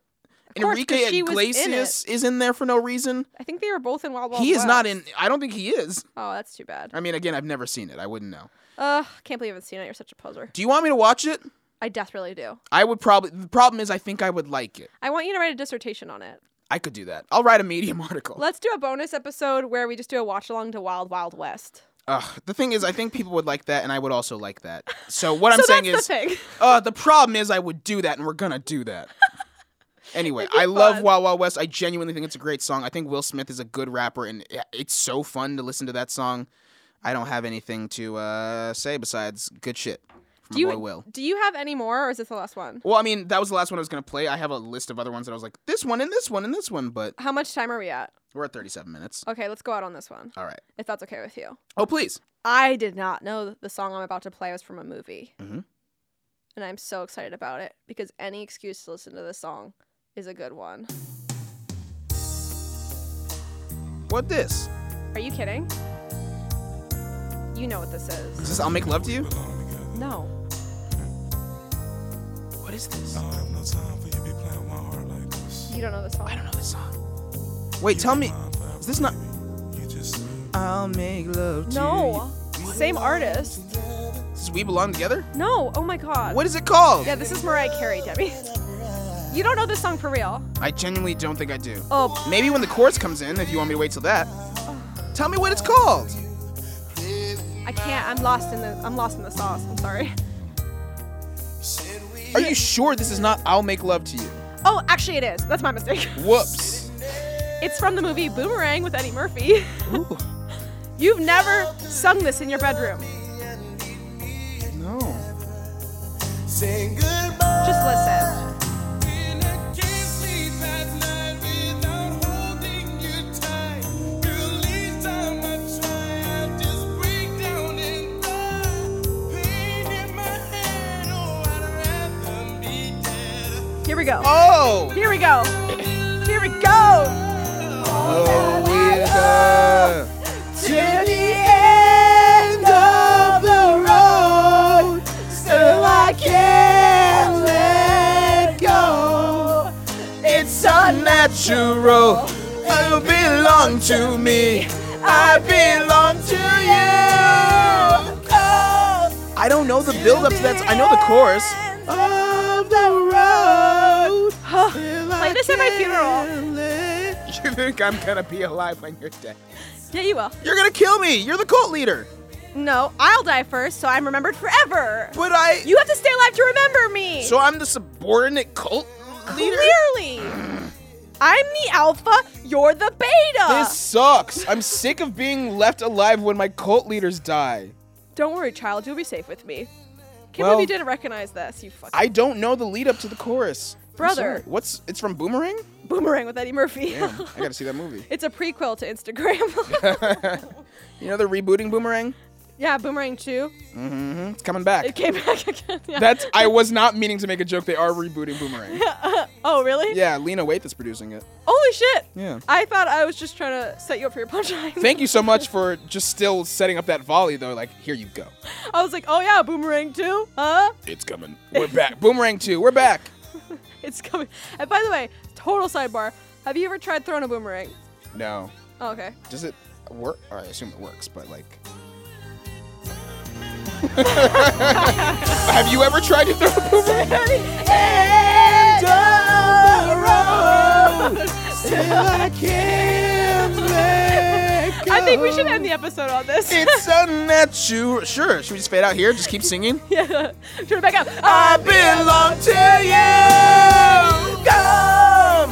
[SPEAKER 1] course, 'cause
[SPEAKER 2] Enrique
[SPEAKER 1] she was in
[SPEAKER 2] Iglesias is in there for no reason.
[SPEAKER 1] I think they were both in Wild Wild
[SPEAKER 2] he is not
[SPEAKER 1] West.
[SPEAKER 2] in. I don't think he is.
[SPEAKER 1] Oh, that's too bad.
[SPEAKER 2] I mean, again, I've never seen it. I wouldn't know.
[SPEAKER 1] Ugh, can't believe I haven't seen it. You're such a poser.
[SPEAKER 2] Do you want me to watch it?
[SPEAKER 1] I desperately do.
[SPEAKER 2] I would probably. The problem is, I think I would like it.
[SPEAKER 1] I want you to write a dissertation on it.
[SPEAKER 2] I could do that. I'll write a Medium article.
[SPEAKER 1] Let's do a bonus episode where we just do a watch along to Wild Wild West.
[SPEAKER 2] Ugh, the thing is, I think people would like that, and I would also like that. So what I'm
[SPEAKER 1] so
[SPEAKER 2] saying
[SPEAKER 1] that's
[SPEAKER 2] is,
[SPEAKER 1] the thing.
[SPEAKER 2] Uh, the problem is I would do that, and we're gonna do that. Anyway, I love
[SPEAKER 1] fun.
[SPEAKER 2] Wild Wild West. I genuinely think it's a great song. I think Will Smith is a good rapper, and i- it's so fun to listen to that song. I don't have anything to uh, say besides good shit from
[SPEAKER 1] Do you
[SPEAKER 2] my boy Will.
[SPEAKER 1] do you have any more, or is this the last one?
[SPEAKER 2] Well, I mean, that was the last one I was gonna play. I have a list of other ones that I was like, this one and this one and this one, but
[SPEAKER 1] How much time are we at?
[SPEAKER 2] we're at 37 minutes.
[SPEAKER 1] Okay, let's go out on this one,
[SPEAKER 2] All right.
[SPEAKER 1] if that's okay with you.
[SPEAKER 2] Oh, please.
[SPEAKER 1] I did not know that the song I'm about to play was from a movie.
[SPEAKER 2] Mhm.
[SPEAKER 1] And I'm so excited about it because any excuse to listen to this song is a good one.
[SPEAKER 2] What this?
[SPEAKER 1] Are you kidding? You know what this
[SPEAKER 2] Is
[SPEAKER 1] is.
[SPEAKER 2] this I'll Make Love to You?
[SPEAKER 1] No.
[SPEAKER 2] What is this?
[SPEAKER 5] don't have no time for you be playing my heart like this.
[SPEAKER 1] You don't know the song.
[SPEAKER 2] I don't know this song. Wait, tell me. Is this not.
[SPEAKER 5] You just
[SPEAKER 2] I'll Make Love to You?
[SPEAKER 1] No. Same artist.
[SPEAKER 2] Is this We Belong Together?
[SPEAKER 1] No. Oh my god.
[SPEAKER 2] What is it called?
[SPEAKER 1] Yeah, this is Mariah Carey, Debbie. You don't know this song for real.
[SPEAKER 2] I genuinely don't think I do.
[SPEAKER 1] Oh,
[SPEAKER 2] Maybe when the chorus comes in, if you want me to wait till that. Tell me what it's called.
[SPEAKER 1] I can't. I'm lost in the I'm lost in the sauce. I'm sorry.
[SPEAKER 2] Are you sure this is not I'll Make Love to You?
[SPEAKER 1] Oh, actually it is. That's my mistake.
[SPEAKER 2] Whoops.
[SPEAKER 1] It's from the movie Boomerang with Eddie Murphy.
[SPEAKER 2] Ooh,
[SPEAKER 1] You've never sung this in your bedroom.
[SPEAKER 2] no.
[SPEAKER 4] Saying goodbye.
[SPEAKER 1] Just listen.
[SPEAKER 4] oh,
[SPEAKER 1] Here we go.
[SPEAKER 2] Oh!
[SPEAKER 1] Here we go. Here we go.
[SPEAKER 2] Oh, with her.
[SPEAKER 1] To the end of the road.
[SPEAKER 2] Still I can't let go. It's unnatural. You belong to me. I belong to you. I don't know the build up to that. I know the chorus. Of the road. till I
[SPEAKER 1] Play this at my funeral.
[SPEAKER 2] can't live. You think I'm gonna be alive when you're dead?
[SPEAKER 1] Yeah, you will.
[SPEAKER 2] You're gonna kill me. You're the cult leader.
[SPEAKER 1] No, I'll die first, so I'm remembered forever.
[SPEAKER 2] But I.
[SPEAKER 1] You have to stay alive to remember me.
[SPEAKER 2] So I'm the subordinate cult leader.
[SPEAKER 1] Clearly, I'm the alpha. You're the beta.
[SPEAKER 2] This sucks. I'm sick of being left alive when my cult leaders die.
[SPEAKER 1] Don't worry, child. You'll be safe with me. Can't
[SPEAKER 2] Well-
[SPEAKER 1] believe you didn't recognize this. You fucking
[SPEAKER 2] I don't know the lead up to the chorus. I'm
[SPEAKER 1] Brother.
[SPEAKER 2] sorry. What's it's from Boomerang?
[SPEAKER 1] boomerang with Eddie Murphy.
[SPEAKER 2] Damn, I gotta see that movie.
[SPEAKER 1] it's a prequel to Instagram.
[SPEAKER 2] You know they're rebooting Boomerang? Mm-hmm.
[SPEAKER 1] yeah, Boomerang 2.
[SPEAKER 2] It's coming back.
[SPEAKER 1] It came back again. Yeah.
[SPEAKER 2] That's I was not meaning to make a joke. They are rebooting Boomerang.
[SPEAKER 1] oh, really?
[SPEAKER 2] Yeah, Lena Waithe is producing it.
[SPEAKER 1] Holy shit.
[SPEAKER 2] Yeah.
[SPEAKER 1] I thought I was just trying to set you up for your punchline.
[SPEAKER 2] Thank you so much for just still setting up that volley though. Like, here you go.
[SPEAKER 1] I was like, oh yeah, Boomerang 2? Huh?
[SPEAKER 2] It's coming. We're back. Boomerang 2. We're back.
[SPEAKER 1] It's coming. And by the way, total sidebar. Have you ever tried throwing a boomerang?
[SPEAKER 2] No.
[SPEAKER 1] Oh, okay.
[SPEAKER 2] Does it work? Or I assume it works, but like Have you ever tried to throw a boomerang?
[SPEAKER 1] I think we should end the episode on this.
[SPEAKER 2] It's a natural. Sure. Should we just fade out here? Just keep singing?
[SPEAKER 1] yeah. Turn it back up. Ah,
[SPEAKER 2] belong to you.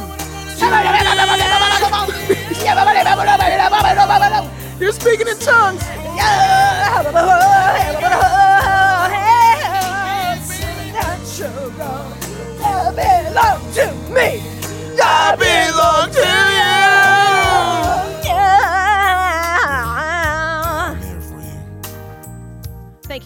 [SPEAKER 2] You're speaking in tongues. I belong to
[SPEAKER 1] Uh, Thank